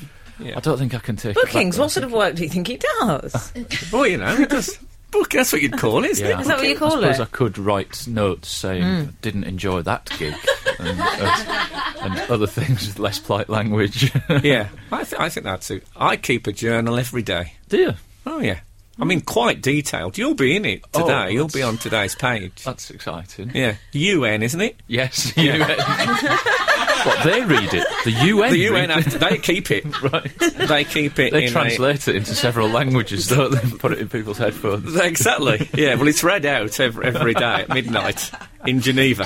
E: I don't think I can take it back,
F: Bookings.
E: though.
F: What sort of work do you think he does?
D: Well, you know, it does. Book, that's what you'd call it, isn't
E: Yeah.
D: it?
F: Is that what you call
E: I suppose
F: it?
E: I could write notes saying I didn't enjoy that gig and, uh, and other things with less polite language.
D: Yeah, I, th- I think that's it. I keep a journal every day.
E: <laughs> Dear,
D: Oh, yeah. I mean, quite detailed. You'll be in it
E: Oh,
D: today. You'll
E: that's-
D: be on today's
E: <laughs>
D: page.
E: that's exciting.
D: Yeah. UN, isn't it?
E: Yes, UN. <laughs> what they read it? The UN.
D: The UN,
E: read
D: have to- they keep it.
E: it, <laughs> right?
D: They keep it
E: They
D: in a-
E: translate it into several languages, <laughs> don't they? Put it in people's headphones.
D: Exactly. Yeah, well, it's read out every, every day at midnight in Geneva.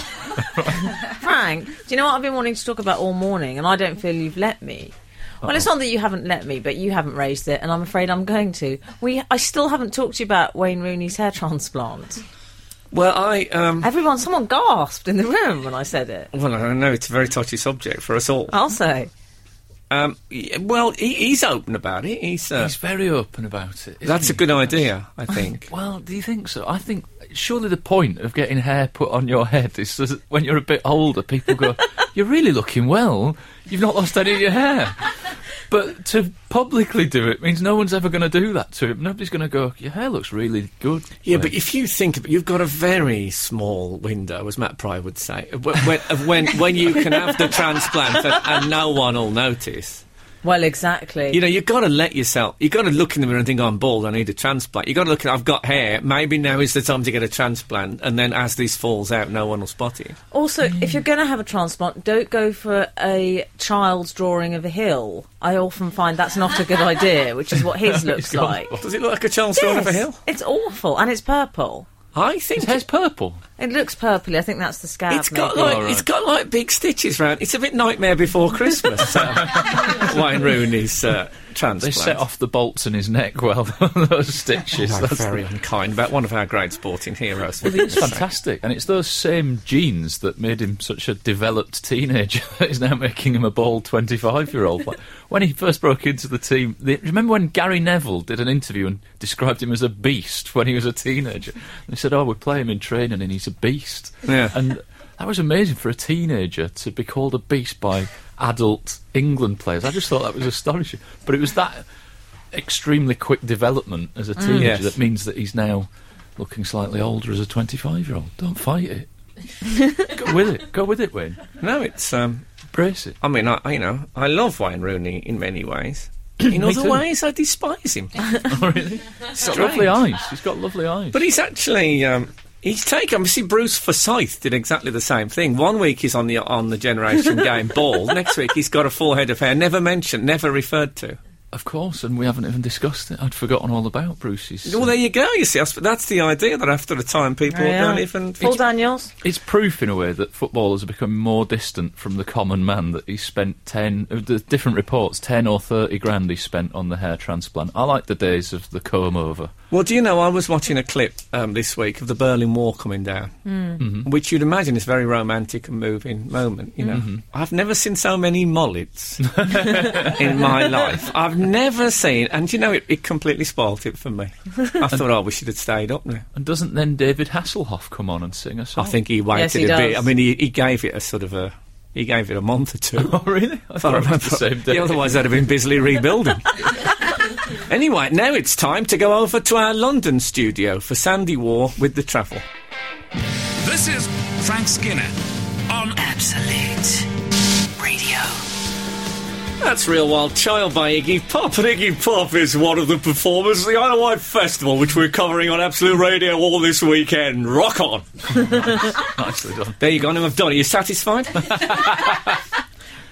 F: Frank, do you know what I've been wanting to talk about all morning, and I don't feel you've let me? Well, it's not that you haven't let me, but you haven't raised it, and I'm afraid I'm going to. We, I still haven't talked to you about Wayne Rooney's hair transplant.
D: Well, I um,
F: Everyone, someone gasped in the room when I said it.
D: well, I know it's a very touchy subject for us all.
F: I'll say.
D: Um, y- well, he, he's open about it. He's, uh,
E: He's very open about it. isn't
D: that's a
E: he?
D: good idea, I think.
E: Well, do you think so? I think surely the point of getting hair put on your head is so that when you're a bit older,
D: <laughs>
E: people go, "You're really looking well. You've not lost any of your hair." But to publicly do it means no one's ever going to do that to him. Nobody's going to go, "Your hair looks really good."
D: Yeah,
E: mate."
D: but if you think about, you've got a very small window, as Matt Pry would say, of wh- when of when, when you can have the transplant and, and no one will notice.
F: Well, exactly.
D: You know, you've got to let yourself. You've got to look in the mirror and think, "Oh, "I'm bald. I need a transplant." You've got to look. at, I've got hair. Maybe now is the time to get a transplant. And then, as this falls out, no one will spot it.
F: also, if you're going to have a transplant, don't go for a child's drawing of a hill. I often find that's not a good idea, which is
D: <laughs>
F: what his looks like.
D: Does it look like a child's drawing of a
F: Yes,
D: hill?
F: It's awful, and it's purple.
D: I think
E: his hair's purple.
F: It looks purpley. I think that's the scab.
D: It's got
F: maybe.
D: like
E: All right.
D: it's got like big stitches round. It's a bit Nightmare Before Christmas. <laughs> uh, Wayne Rooney's uh, transplant.
E: They set off the bolts in his neck. Well, <laughs> those stitches.
D: Like,
E: that's
D: Oh, very unkind about one of our great sporting heroes.
E: <laughs> It's fantastic, and it's those same genes that made him such a developed teenager <laughs> that is now making him a bald twenty-five-year-old. Like, when he first broke into the team, the, remember when Gary Neville did an interview and described him as a beast when he was a teenager? They said, "Oh, we play him in training, and he's a beast."
D: Yeah.
E: and that was amazing for a teenager to be called a beast by adult England players. I just thought that was astonishing, but it was that extremely quick development as a teenager
D: Yes.
E: that means that he's now looking slightly older as a 25 year old. Don't fight it. Go with it. Go with it, Wayne.
D: No, it's. Um,
E: Brace it.
D: I mean, I you know, I love Wayne Rooney in many
E: <clears throat>
D: ways. In other
E: too.
D: ways, I despise him.
E: Oh, really? He's got lovely eyes. He's got lovely eyes.
D: But he's actually um, he's taken. I see Bruce Forsyth did exactly the same thing. One week he's on the on the
E: <laughs>
D: Generation Game ball. Next week he's got a full head of hair, never mentioned, never referred to.
E: of course, and we haven't even discussed it. I'd forgotten all about Bruce's.
D: Well, there you go. You see, I sp- that's the idea that after a time people
F: Yeah.
D: don't even.
F: Paul Daniels.
E: it's proof in a way that footballers are becoming more distant from the common man that he spent 10 uh, the different reports 10 or 30 grand he spent on the hair transplant i like the days of the comb over
D: Well, do you know, I was watching a clip um, this week of the Berlin Wall coming down,
F: Mm-hmm.
D: which you'd imagine is a very romantic and moving moment, you know.
F: Mm-hmm.
D: I've never seen so many mullets <laughs> in my life. I've never seen, and you know, it, it completely spoilt it for me.
F: <laughs>
D: I thought, oh, we should have stayed up now.
E: and doesn't then david hasselhoff come on and sing a song
D: I think he waited
F: Yes, he
D: a bit. I
F: does.
D: mean, he, he gave it a sort of a, he gave it a month or two.
E: <laughs> Oh, really? I thought it was the same day.
D: Yeah, otherwise, I'd have been busily <laughs> rebuilding. anyway, now it's time to go over to our London studio for Sandy War with the travel.
B: This is Frank Skinner on
C: Absolute Radio.
D: That's Real Wild Child by Iggy Pop. And Iggy Pop is one of the performers at the Isle of Wight Festival, which we're covering on Absolute Radio all this weekend. Rock on!
E: Nicely done.
D: There you go, now I've done it. You <laughs> satisfied?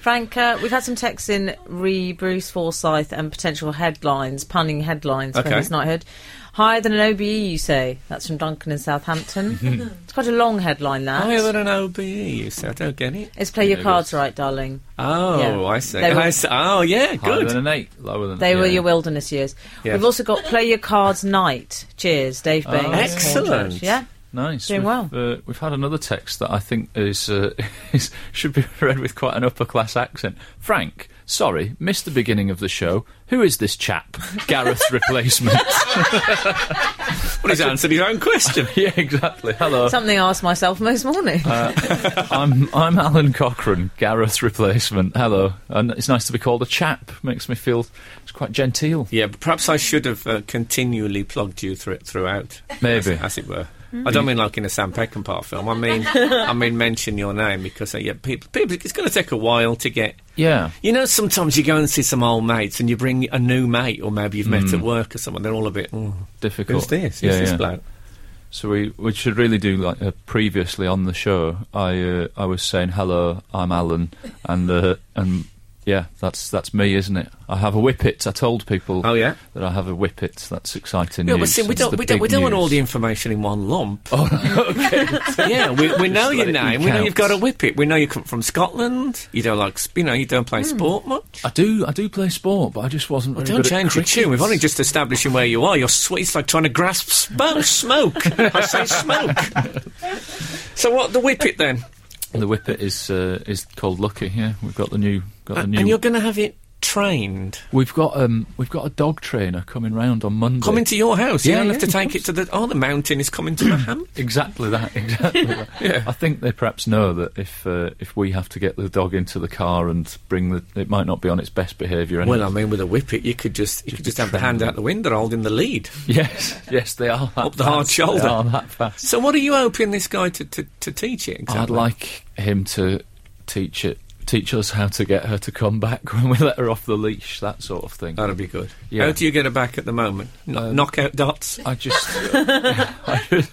F: Frank, uh, we've had some texts in re Bruce Forsyth and potential headlines, punning headlines for
D: Okay.
F: his knighthood. Higher than an OBE, you say? That's from Duncan in Southampton.
D: <laughs>
F: it's quite a long headline, that.
D: Higher than an OBE, you said. I don't get it.
F: It's play your
E: Yeah, it
F: cards
E: is.
F: right, darling.
D: Oh,
F: Yeah.
D: I see.
F: They were-
D: I see. Oh, yeah,
E: Higher
D: good.
E: than an eight, lower than
F: They were
E: yeah.
F: your wilderness years.
D: Yeah. Ah,
F: We've also got play your cards night. Cheers, Dave Baines. Paul
D: Excellent.
F: George. Yeah.
E: Nice.
F: Doing
E: we've, Uh, we've had another text that I think is, uh, <laughs> is should be read with quite an upper class accent. Frank, sorry, missed the beginning of the show. Who is this
F: <laughs>
E: chap? Gareth's replacement. <laughs>
D: Well, he's answered his own question.
E: yeah, exactly. Hello.
F: Something I asked myself most morning.
D: Ah,
E: I'm I'm Alan Cochrane, Gareth's replacement. Hello. And it's nice to be called a chap. Makes me feel it's quite genteel.
D: Yeah, but perhaps I should have uh, continually plugged you through it throughout,
E: Maybe.
D: as it were. I don't mean like in a Sam Peckinpah film. I mean, I mean mention your name because uh, yeah, people, people. It's going to take a while to get.
E: Yeah.
D: You know, sometimes you go and see some old mates, and you bring a new mate, or maybe you've met at work or someone. They're all a bit. "Mm,
E: Difficult.
D: who's this? Who's
E: Mm. Yeah,
D: this
E: yeah.
D: bloke?"
E: So we, we should really do like uh, <laughs> previously on the show. I uh, I was saying hello, I'm Alan, and uh, and yeah, that's that's me, isn't it? I have a whippet. I told people.
D: Oh, yeah?
E: that I have a whippet. That's exciting
D: No,
E: news.
D: but see, we
E: That's
D: don't,
E: the
D: we don't,
E: big
D: we don't want
E: news.
D: all the information in one
E: <laughs>
D: lump. Oh, okay. <laughs> yeah, we, we know
E: let
D: your
E: it be
D: name. We know you've got
E: counts.
D: a whippet. We know you come from Scotland. You don't like, sp- you know, you don't play sport much.
E: I do, I do play sport, but I just wasn't. very
D: Don't
E: good at
D: change your
E: cricket.
D: tune. We've only just establishing where you are. You're sweet. It's like trying to grasp smoke. smoke. I say <laughs> smoke. so what? The whippet then?
E: The whippet is uh, is called Lucky. Yeah, we've got the new, got the new.
D: And you're going to have it trained.
E: We've got um, we've got a dog trainer coming round on Monday.
D: Coming to your house. You
E: Yeah,
D: don't have
E: yeah,
D: to
E: of
D: take it to the. Oh, the mountain is coming to the ham.
E: Exactly that. <laughs> Exactly that.
D: Yeah.
E: I think they perhaps know that if uh, if we have to get the dog into the car and bring the, it might not be on its best
D: <coughs>
E: behaviour.
D: Well, uh, I
E: anyway.
D: mean, with a whippet, you could just you could just have the hand out the window holding the lead.
E: yes, yes, they are that
D: Up the hard
E: fast.
D: shoulder.
E: They are that fast.
D: So, what are you hoping this guy to, to, to teach you exactly?
E: I'd like him to teach it, teach us how to get her to come back <laughs> when we let her off the leash, that sort of thing.
D: That'd be good.
E: Yeah.
D: How do you get her back at the moment? Kn- knockout dots. <laughs>
E: I just, <laughs> I,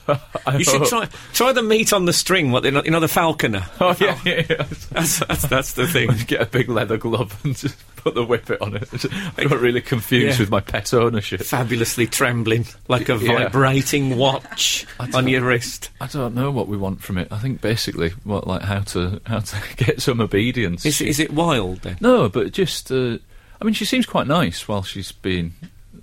E: I
D: You <laughs> should
E: hope-
D: try try the meat on the string. What they you know the falconer. <laughs>
E: Oh yeah, yeah, yeah.
D: That's that's, that's the thing.
E: <laughs> Get a big leather glove and just put the whippet on it. <laughs> I got really confused
D: Yeah.
E: with my pet ownership.
D: Fabulously trembling like a
E: Yeah.
D: vibrating <laughs> watch on your wrist.
E: I don't know what we want from it. I think basically, what like how to how to <laughs> get some obedience.
D: Is is it wild then?
E: no, but just uh, I mean, she seems quite nice while she's being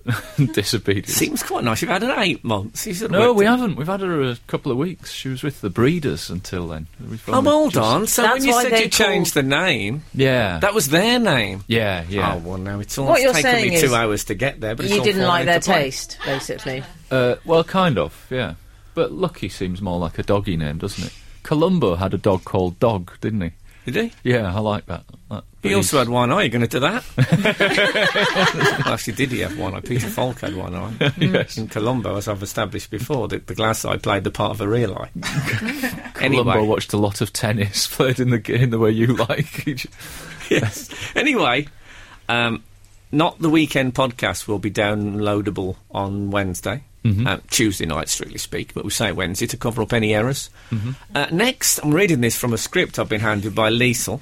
E: <laughs> disobedient.
D: Seems quite nice. You've had her eight months. You sort of
E: no,
D: worked
E: we
D: it-
E: haven't. We've had her a couple of weeks. She was with the breeders until then. We've
D: Oh,
E: only
D: hold
E: just-
D: on. So
F: That's
D: when you
F: why
D: said
F: they
D: you changed the name,
E: Yeah,
D: that was their name.
E: yeah,
D: Oh
E: yeah.
D: well, now it's all
F: What you're
D: it's taken
F: saying
D: me two
F: is
D: hours to get there, but it's
F: You
D: all
F: didn't
D: falling
F: like their
D: into place.
F: taste, basically.
E: Uh, well, kind of. Yeah, but Lucky seems more like a doggy name, doesn't it? Columbo had a dog called Dog, didn't he?
D: Did he?
E: Yeah, I like that. that
D: He also had one eye. You're going to do
F: <laughs>
D: that? well, actually, did he have one eye? Peter Falk had one
F: <laughs>
D: eye.
E: yes.
D: In Colombo, as I've established before, the, the glass eye played the part of a real
F: <laughs>
D: eye.
E: Columbo
D: anyway,
E: watched a lot of tennis <laughs> played in the g- in the way you like. <laughs> He j-
D: <laughs> yes. Anyway, um, not the weekend podcast will be downloadable on Wednesday, uh, Tuesday night, strictly speak, but we say Wednesday to cover up any errors. Uh, next, I'm reading this from a script I've been handed by Liesl.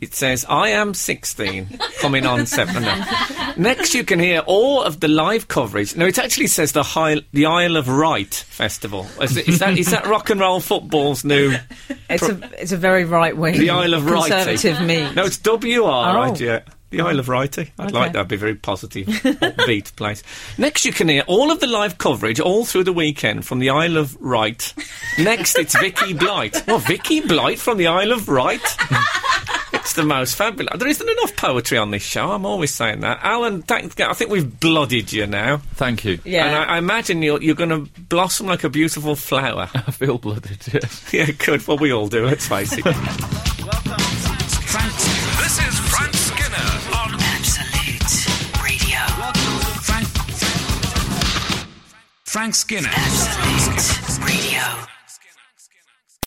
D: It says, I am 16, coming on 7. No. Next, you can hear all of the live coverage. No, it actually says the, Hi- the Isle of Wight Festival. Is, it, is, that, is that rock and roll football's new...
F: It's a it's a very right wing.
D: The Isle of eh? Righty.
F: conservative meat.
D: No, it's W R I
F: Oh.
D: T. The Isle of Righty. I'd
F: Okay.
D: like that. It'd be a very
F: <laughs>
D: positive, upbeat place. Next, you can hear all of the live coverage all through the weekend from the Isle of Wight. Next, it's
F: <laughs>
D: Vicky Blight. Well, Vicky Blight from the Isle of Wight. It's the most fabulous. There isn't enough poetry on this show. I'm always saying that. Alan, thank, I think we've blooded you now.
E: Thank you.
F: Yeah.
D: And I, I imagine you're, you're going to blossom like a beautiful
F: <laughs>
D: flower.
E: <laughs> I feel blooded. <laughs> Yes.
D: yeah, good. Well, we all do, let's face it.
B: Frank, this is Frank Skinner on
C: Absolute Radio.
B: Frank. Frank Skinner.
C: Absolute Radio.